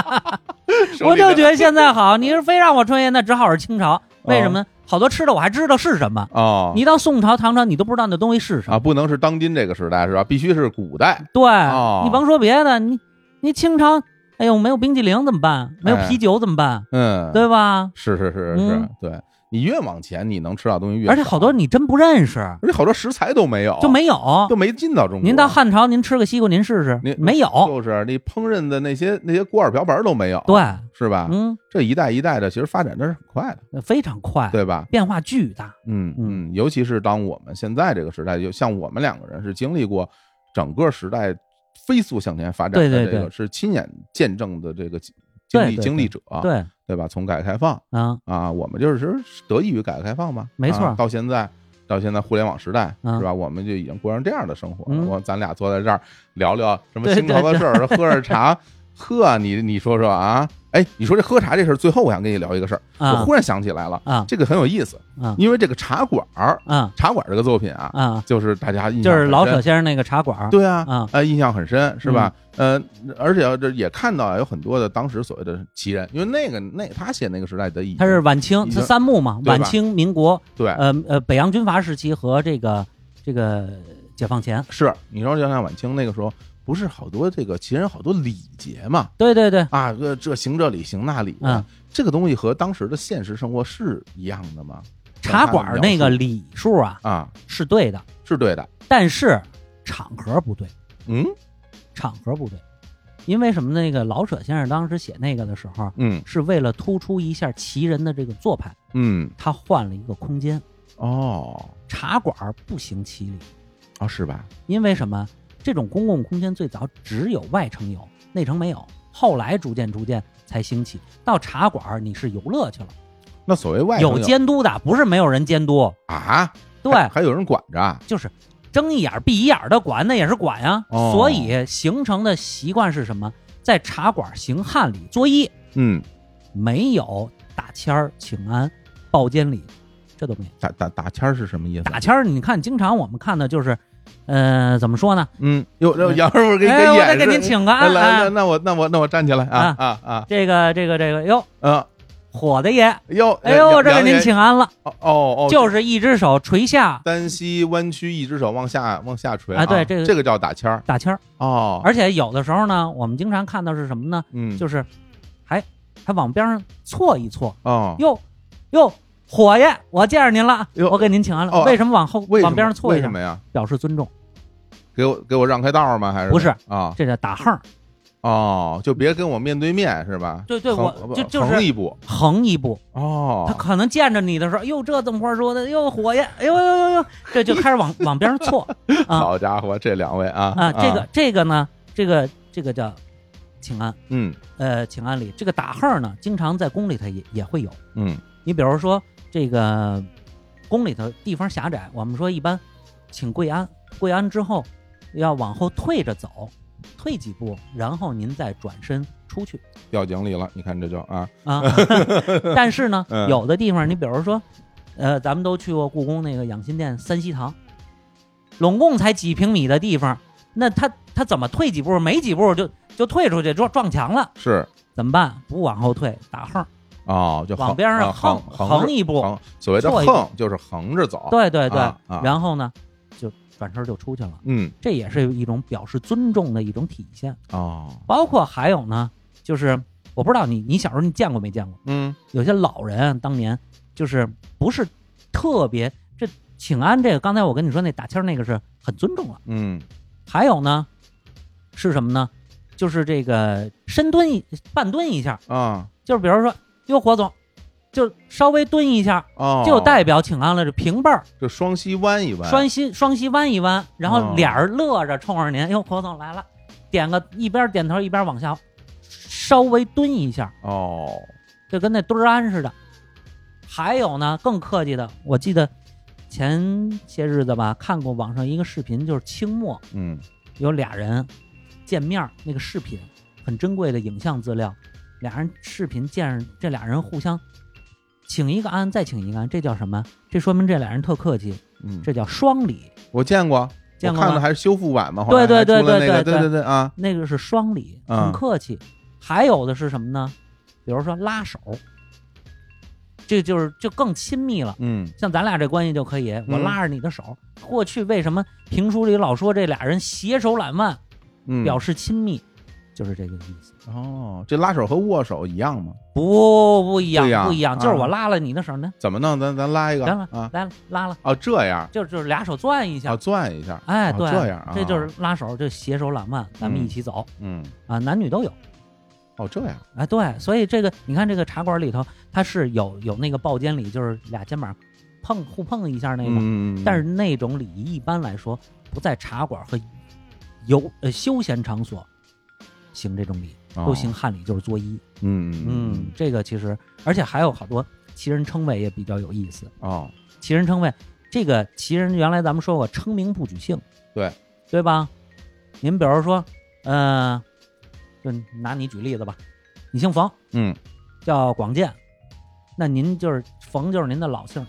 我就觉得现在好。你是非让我穿越，那只好是清朝。为什么呢？
啊
好多吃的我还知道是什么，
哦，
你到宋朝、唐朝你都不知道那东西是什么。
啊，不能是当今这个时代是吧？必须是古代。
对，
哦
你甭说别的，你你清朝，哎呦，没有冰激凌怎么办？没有
哎
啤酒怎么办？
嗯，
对吧？
是是是是是
嗯，
对你越往前，你能吃到东西越少，
而且好多你真不认识，
而且好多食材都没有，
就没有，
就没进到中国。
您到汉朝，您吃个西瓜，您试试，
你
没有，
就是你烹饪的那些那些锅碗瓢盆都没有，
对，
是吧？
嗯，
这一代一代的，其实发展的是很快的，
那非常快，
对吧？
变化巨大。
嗯嗯，尤其是当我们现在这个时代，就像我们两个人是经历过整个时代飞速向前发展的
对对
这个，
对
是亲眼见证的这个经经
对
历
对
经历者，
对
对吧？从改革开放
啊
啊，我们就是得益于改革开放嘛，
没错
啊到现在。到现在互联网时代、
嗯
是吧？我们就已经过上这样的生活了。
嗯
我咱俩坐在这儿聊聊什么
对
清朝的
对
事儿，喝着茶，呵，你你说说啊？哎，你说这喝茶这事儿，最后我想跟你聊一个事儿，
啊
我忽然想起来了，
啊
这个很有意思，
啊
因为这个茶馆儿，
啊，
茶馆这个作品啊，
啊
就是大家印象
就是老
很
舍
深
先生那个茶馆儿，
嗯对啊，
啊，
呃，印象很深，是吧？
嗯
呃，而且这也看到有很多的当时所谓的奇人，因为那个那他写那个时代的已经，
他是晚清，
已
他
经
三幕嘛，
对吧哎
晚清、民国，
对
呃呃，北洋军阀时期和这个这个解放前，
是你说就像晚清那个时候，不是好多这个奇人好多礼节嘛，
对对对，
啊，这这行这礼行那礼的，
嗯
这个东西和当时的现实生活是一样的吗？
茶馆儿那
像他的描
个
述
礼数啊
啊
是对的，
是对的，
但是场合不对，
嗯
场合不对，因为什么呢？那个老舍先生当时写那个的时候，
嗯
是为了突出一下旗人的这个做派，
嗯，
他换了一个空间，
哦
茶馆儿不行七里，
哦是吧？
因为什么？这种公共空间最早只有外城有，内城没有，后来逐渐逐渐才兴起。到茶馆儿你是游乐去了，
那所谓外
有
城
监督的，不是没有人监督，
啊，
对
还还有人管着啊，
就是睁一眼儿闭一眼儿的管，那也是管呀、
哦
所以形成的习惯是什么？在茶馆儿行汉礼作揖，
嗯，
没有打签儿请安、报监礼，这都没有。
打打打签儿是什么意思？
打签儿，你看，经常我们看的就是，呃，怎么说呢？
嗯，有有杨师傅给给
哎
演示，
我再给您请个
来
安
来，
哎
那那我那我那我站起来啊啊啊，
这个这个这个哟，
嗯，
火的爷，
哟，
哎呦，我这给
杨
您
爷
请安了，
哦哦，
就是一只手垂下，
单膝弯曲，一只手往下往下垂
啊对这
这
个
个叫打签儿
打签儿。
哦，
而且有的时候呢，我们经常看到是什么呢？
嗯
就是还还往边上错一错，
哦
哟哟，火爷，我见着您了，
哟
我给您请安了。
哦
为什么往后
为什么
往边上错一
为
下
什么呀？
表示尊重。
给我给我让开道吗？还是
不是
啊？
这叫打横。
哦，就别跟我面对面是吧？
对对，我
横呃
就就是
横一步，
横一步
哦。
他可能见着你的时候，哟，这怎么话说的？哟，火爷，哎呦呦呦呦，这就开始往 往边上错
好家伙，这两位啊
啊。这个这个呢，这个呃这个叫请安，
嗯
呃，请安里这个打横呢，经常在宫里头也也会有。
嗯
你比如说这个宫里头地方狭窄，我们说一般请跪安，跪安之后要往后退着走，退几步，然后您再转身出去。
掉井里了，你看这就啊
啊。但是呢，
嗯
有的地方，你比如说，呃，咱们都去过故宫那个养心殿三希堂，拢共才几平米的地方，那他他怎么退几步？没几步就就退出去，撞撞墙了，
是
怎么办？不往后退，打横。
哦，就横
往边上
啊横
横
着
横一步
横所谓的
错一步
横就是横着走，
对对对，
啊啊
然后呢，就转身就出去了。
嗯，
这也是一种表示尊重的一种体现。
哦，
包括还有呢，就是我不知道你你小时候你见过没见过？
嗯，
有些老人啊当年就是不是特别这请安这个，刚才我跟你说那打签儿那个是很尊重了。
嗯
还有呢，是什么呢？就是这个深蹲一半蹲一下
啊，
就是比如说，哟，火总，就稍微蹲一下，
哦
就代表请安了，这平辈儿，
就双膝弯一弯，
双膝双膝弯一弯，然后
哦
脸儿乐着冲着您，哟，火总来了，点个一边点头一边往下，稍微蹲一下，
哦，
就跟那蹲儿安似的。还有呢，更客气的，我记得前些日子吧，看过网上一个视频，就是清末，
嗯
有俩人见面儿，那个视频很珍贵的影像资料，俩人视频见这俩人互相请一个安，再请一个安，这叫什么？这说明这俩人特客气，
嗯，
这叫双礼。
我见过，
见
我
过
看
吗
的还是修复版嘛，后
对
来
对
还
对
出了
对
那个对
对
对啊，，
那个是双礼，
嗯
很客气。还有的是什么呢？比如说拉手，这就是就更亲密了。
嗯
像咱俩这关系就可以，我
嗯
拉着你的手。过去为什么评书里老说这俩人携手揽腕，
嗯
表示亲密，就是这个意思。
哦，这拉手和握手一样吗？
不不一样
对呀
不一样就
啊
是我拉了你的手呢
怎么弄？咱咱拉一个，
来了
啊
来了拉了，
哦，这样
就就是俩手攥一下
啊，，攥一下，
哎，
哦
对，
这样啊，
这就是拉手，就携手揽腕，咱们一起走
嗯，
啊，男女都有。
哦，这样，
哎，对，所以这个你看，这个茶馆里头，它是有有那个抱肩礼，就是俩肩膀碰互碰一下那个，
嗯
哎但是那种礼仪一般来说不在茶馆和游呃休闲场所行这种礼，都
哦
行汉礼，就是作揖。
嗯嗯
嗯，这个其实，而且还有好多旗人称谓也比较有意思。
哦，
旗人称谓，这个旗人原来咱们说过，称名不举姓，
对，
对吧？您比如说，嗯，就拿你举例子吧，你姓冯，
嗯，
叫广建，那您就是冯就是您的老姓，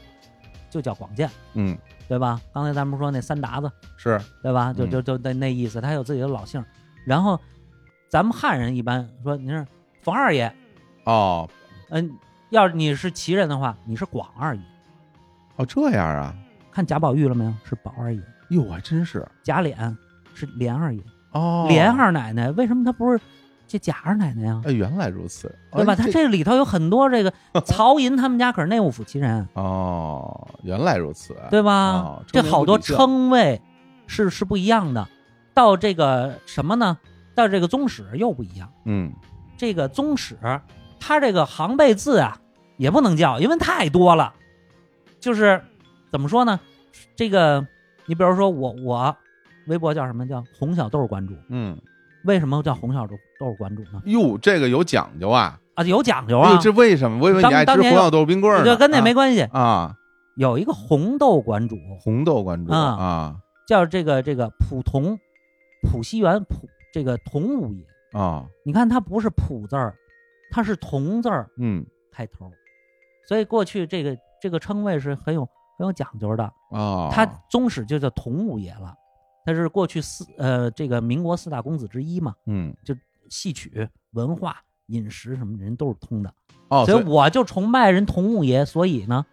就叫广建，
嗯，
对吧？刚才咱们说那三达子，
是，
对吧？就
嗯
就就那那意思，他有自己的老姓。然后咱们汉人一般说您是冯二爷，
哦
嗯，要是你是旗人的话，你是广二爷。
哦，这样啊，
看贾宝玉了没有？是宝二爷。
哟，还真是
贾琏是琏二爷。
哦
琏二奶奶为什么她不是这贾二奶奶呀、
哎，原来如此，
对吧？
哎
她这里头有很多这 个曹寅他们家可是内务府旗人，
哦，原来如此，
对吧？
哦
这好多，
称名
称谓是是不一样的。到这个什么呢？到这个宗室又不一样。
不嗯，
这个宗室，它这个行辈字啊也不能叫，因为太多了。就是怎么说呢？这个你比如说我我微博叫什么叫红小豆馆主？
嗯，
为什么叫红小豆豆馆主呢？
哟，这个有讲究啊，
啊，有讲究
哎
啊
呦，这为什么？我以为
当
你爱吃
当
红
年
小
有
豆冰棍儿呢，
就跟那没
系
关系。
啊。
有一个红豆馆主，
红豆馆主
啊
啊
叫这个这个普同普西园普这个同五爷。
啊，
你看他不是普字儿，他是同字儿
嗯
开头，所以过去这个这个称谓是很有很有讲究的。
啊，
他宗室就叫同五爷了，他是过去四呃这个民国四大公子之一嘛，
嗯
就戏曲、文化、饮食什么人都是通的。
哦
所
所
以
以
我就崇拜人同五爷，所以呢，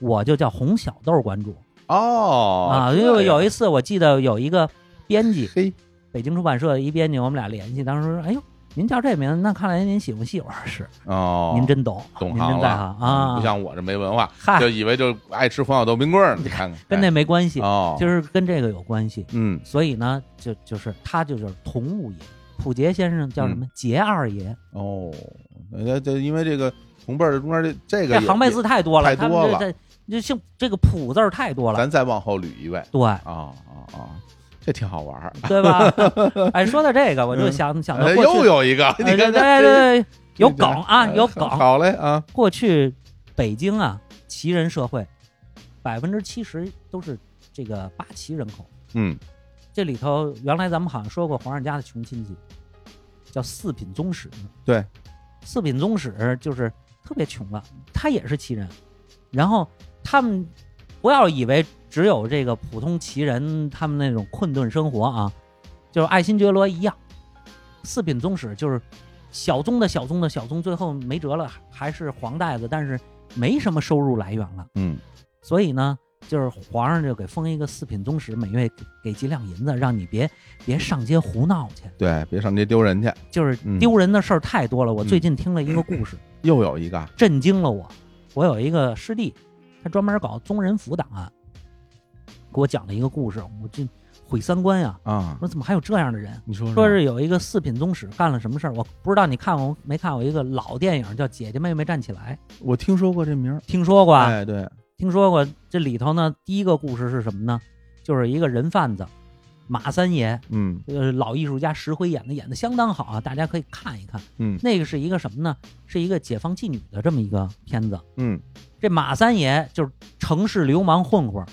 我就叫红小豆馆主。
哦
啊，因为有一次我记得有一个编辑，
嘿，
北京出版社一编辑，我们俩联系，当时说，哎呦，您叫这名，那看来您喜欢戏玩儿是。
哦，
您真懂，
懂
您
行嗯
真在行啊哎
不像我这没文化，就以为就爱吃黄小豆冰棍儿，你看看，
跟那没关系，
哦
就是跟这个有关系。
嗯，
所以呢，就就是他就是同物也。普杰先生叫什么
嗯？
杰二爷。
哦，那这因为这个同辈儿的中间这这个
这行辈字太多了，
太
他
多
们
了。
这这这姓这个普字儿太多了，
咱再往后捋一位，
对，
啊啊啊，这挺好玩儿，
对吧？ 哎，说到这个，我就
嗯
想想到
哎
过去
又有一个，
哎
你看
对
这
对对，有梗啊，
哎
有梗。
好嘞啊！
过去北京啊，旗人社会，百分之七十都是这个八旗人口。
嗯，
这里头原来咱们好像说过皇上家的穷亲戚，叫四品宗室。
对，
四品宗室就是特别穷了，他也是旗人。然后他们不要以为只有这个普通旗人他们那种困顿生活啊，就是爱新觉罗一样，四品宗室就是小宗的小宗的小宗，最后没辙了，还是黄带子，但是没什么收入来源了。
嗯，
所以呢，就是皇上就给封一个四品宗室，每月给给几两银子，让你别别上街胡闹去。
对，别上街丢人去，
就是丢人的事儿太多了。我最近听了一个故事，
又有一个，
震惊了我。我有一个师弟，他专门搞宗人府档案，给我讲了一个故事，我这毁三观呀！
啊，
我说怎么还有这样的人？
你说
说是有一个四品宗室干了什么事儿，我不知道你看过没看过一个老电影叫《姐姐妹妹站起来》，
我听说过这名儿，
听说过啊
哎，对，
听说过这里头呢，第一个故事是什么呢？就是一个人贩子马三爷，
嗯
呃，老艺术家石辉演的演的相当好啊，大家可以看一看。
嗯
那个是一个什么呢？是一个解放妓女的这么一个片子。
嗯，
这马三爷就是城市流氓混混，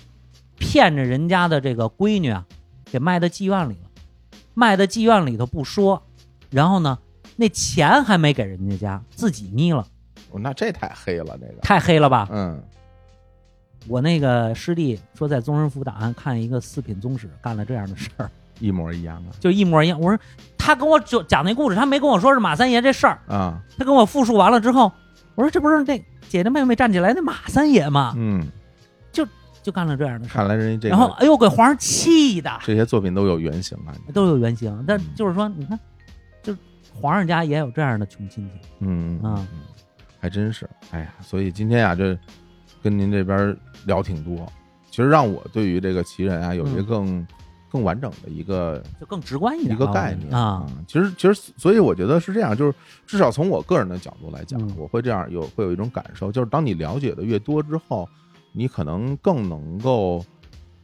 骗着人家的这个闺女啊，给卖到妓院里了。卖到妓院里头不说，然后呢，那钱还没给人家家，自己眯了，
哦那这太黑了，这个
太黑了吧？
嗯，
我那个师弟说在宗人府档案看一个四品宗室干了这样的事儿，
一模一样啊
就一模一样。我说他跟我就讲那故事，他没跟我说是马三爷这事儿，
啊，
他跟我复述完了之后，我说这不是那姐姐妹妹站起来那马三爷吗？
嗯，
就就干了这样的事儿。
看来人家这
然后呃
个
哎呦，给皇上气的
这些作品都有原型啊，
都有原型，但
嗯
就是说，你看，就是皇上家也有这样的穷亲戚。
嗯
啊，
嗯还真是，哎呀，所以今天呀、这跟您这边聊挺多，其实让我对于这个奇人啊，有一个
嗯
更、更完整的一个
就更直观一
一
点
个
吧
概念嗯
啊。
其实，其实，所以我觉得是这样，就是至少从我个人的角度来讲，
嗯
我会这样有会有一种感受，就是当你了解的越多之后，你可能更能够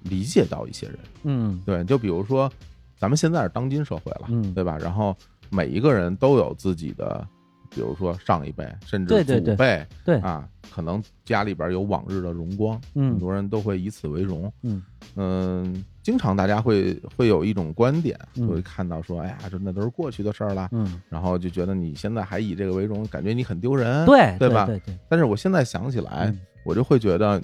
理解到一些人。
嗯，
对，就比如说咱们现在是当今社会了，
嗯
对吧？然后每一个人都有自己的，比如说上一辈，甚至
对
祖
对对
辈，
对
啊，可能家里边有往日的荣光，
嗯
很多人都会以此为荣，
嗯
嗯，经常大家会会有一种观点，
嗯
会看到说，哎呀，这那都是过去的事儿了，
嗯，
然后就觉得你现在还以这个为荣，感觉你很丢人，
对
对
对
吧？
对对
但是我现在想起来，
嗯
我就会觉得，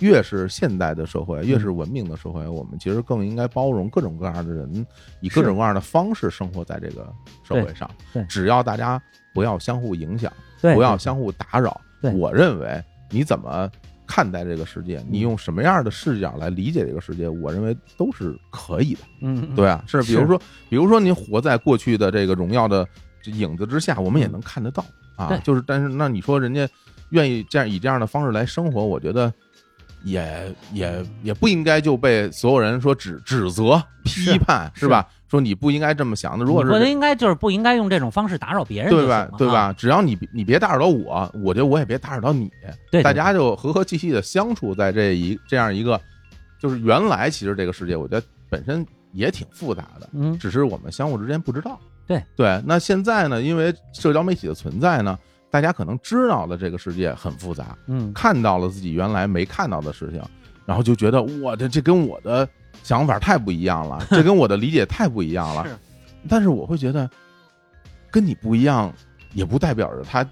越是现代的社会，越
嗯
是文明的社会，我们其实更应该包容各种各样的人，以各种各样的方式生活在这个社会上。
对对
只要大家不要相互影响，
对
不要
对
相互打扰。
对
我认为你怎么。看待这个世界，
嗯
你用什么样的视角来理解这个世界？我认为都是可以的。
嗯
对啊，是比如说，比如说您活在过去的这个荣耀的这影子之下，我们也能看得到啊
嗯对。
就是，但是那你说人家愿意这样以这样的方式来生活，我觉得也也也不应该就被所有人说指指责、批判，是吧？说你不应该这么想的。如果
我觉得
是
应该就是不应该用这种方式打扰别人就
对
行
吧
了，
对
啊
吧？？只要你你别打扰到我，我觉得我也别打扰到你，
对对
大家就和和气气的相处在这一这样一个，就是原来其实这个世界，我觉得本身也挺复杂的，
嗯
只是我们相互之间不知道。
对
对，那现在呢，因为社交媒体的存在呢，大家可能知道了这个世界很复杂，
嗯
看到了自己原来没看到的事情，然后就觉得哇，这这跟我的想法太不一样了，这跟我的理解太不一样了。但是我会觉得，跟你不一样，也不代表着他，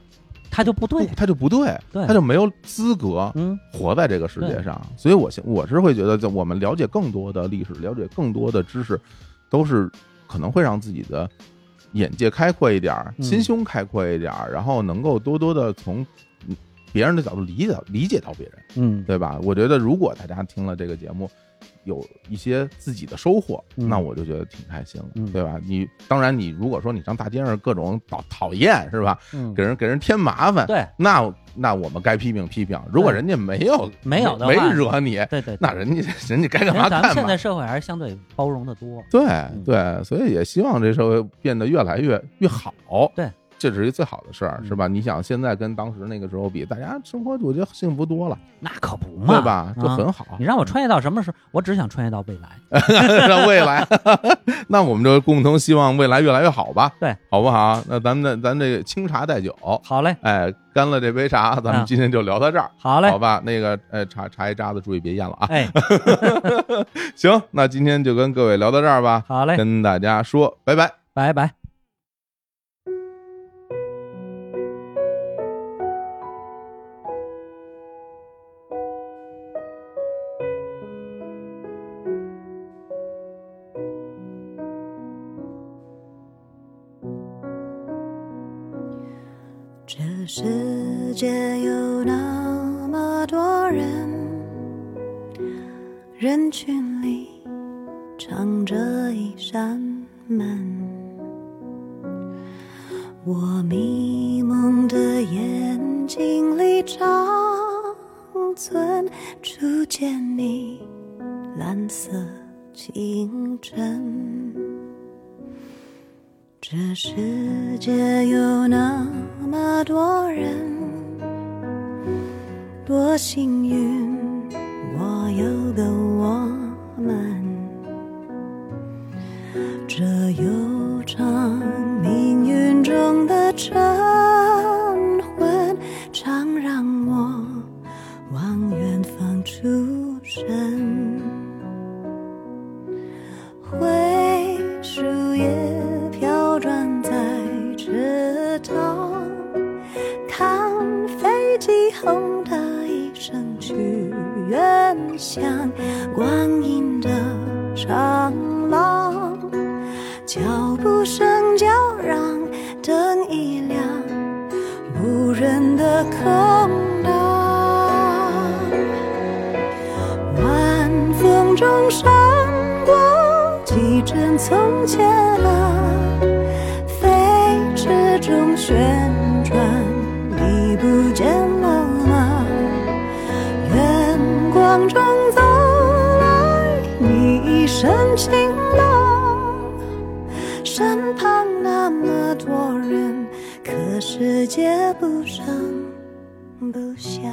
他就不对，
他就不对，
对嗯
他就没有资格活在这个世界上。所以我现我是会觉得，就我们了解更多的历史，了解更多的知识，都是可能会让自己的眼界开阔一点儿，
嗯
心胸开阔一点儿，然后能够多多的从别人的角度理解到理解到别人。
嗯，
对吧？我觉得如果大家听了这个节目，有一些自己的收获，
嗯
那我就觉得挺开心了，
嗯
对吧？你当然，你如果说你上大街上各种讨讨厌是吧？
嗯
给人给人添麻烦，
对，
那那我们该批评批评。如果人家没有
嗯没有的
没
话
惹你，
对对，
那人家人家该干嘛
咱
干
们现
嘛
在。嗯社会还是相对包容的多。
对对，所以也希望这社会变得越来越越好。
对，嗯
这是一最好的事儿，是吧？你想现在跟当时那个时候比，大家生活我觉得幸福多了，
那可不嘛，
对吧？就
啊
很好。
你让我穿越到什么时候？我只想穿越到未来。
让未来， 那我们就共同希望未来越来越好吧，
对，
好不好？那咱们咱这个清茶代酒，
好嘞，
哎，干了这杯茶，咱们
啊
今天就聊到这儿，
好嘞
好吧？那个，呃，茶茶叶渣子注意别咽了啊，
哎，
行，那今天就跟各位聊到这儿吧，
好嘞
跟大家说拜拜，
拜拜。
这世界有那么多人，人群里藏着一扇门。我迷蒙的眼睛里长存初见你蓝色清晨。这世界有那么多人，多幸运，我有个我们。这悠长命运中的晨昏，常让我望远方出神。灰树叶飘转在池塘，看飞机轰的一声去远乡，光阴的长廊，脚步声叫嚷，灯一亮，无人的空荡。晚风中闪过几帧从前啊，飞驰中旋转，你不见了吗？远光中走来，你一身晴朗，身旁那么多人，可世界不声不响。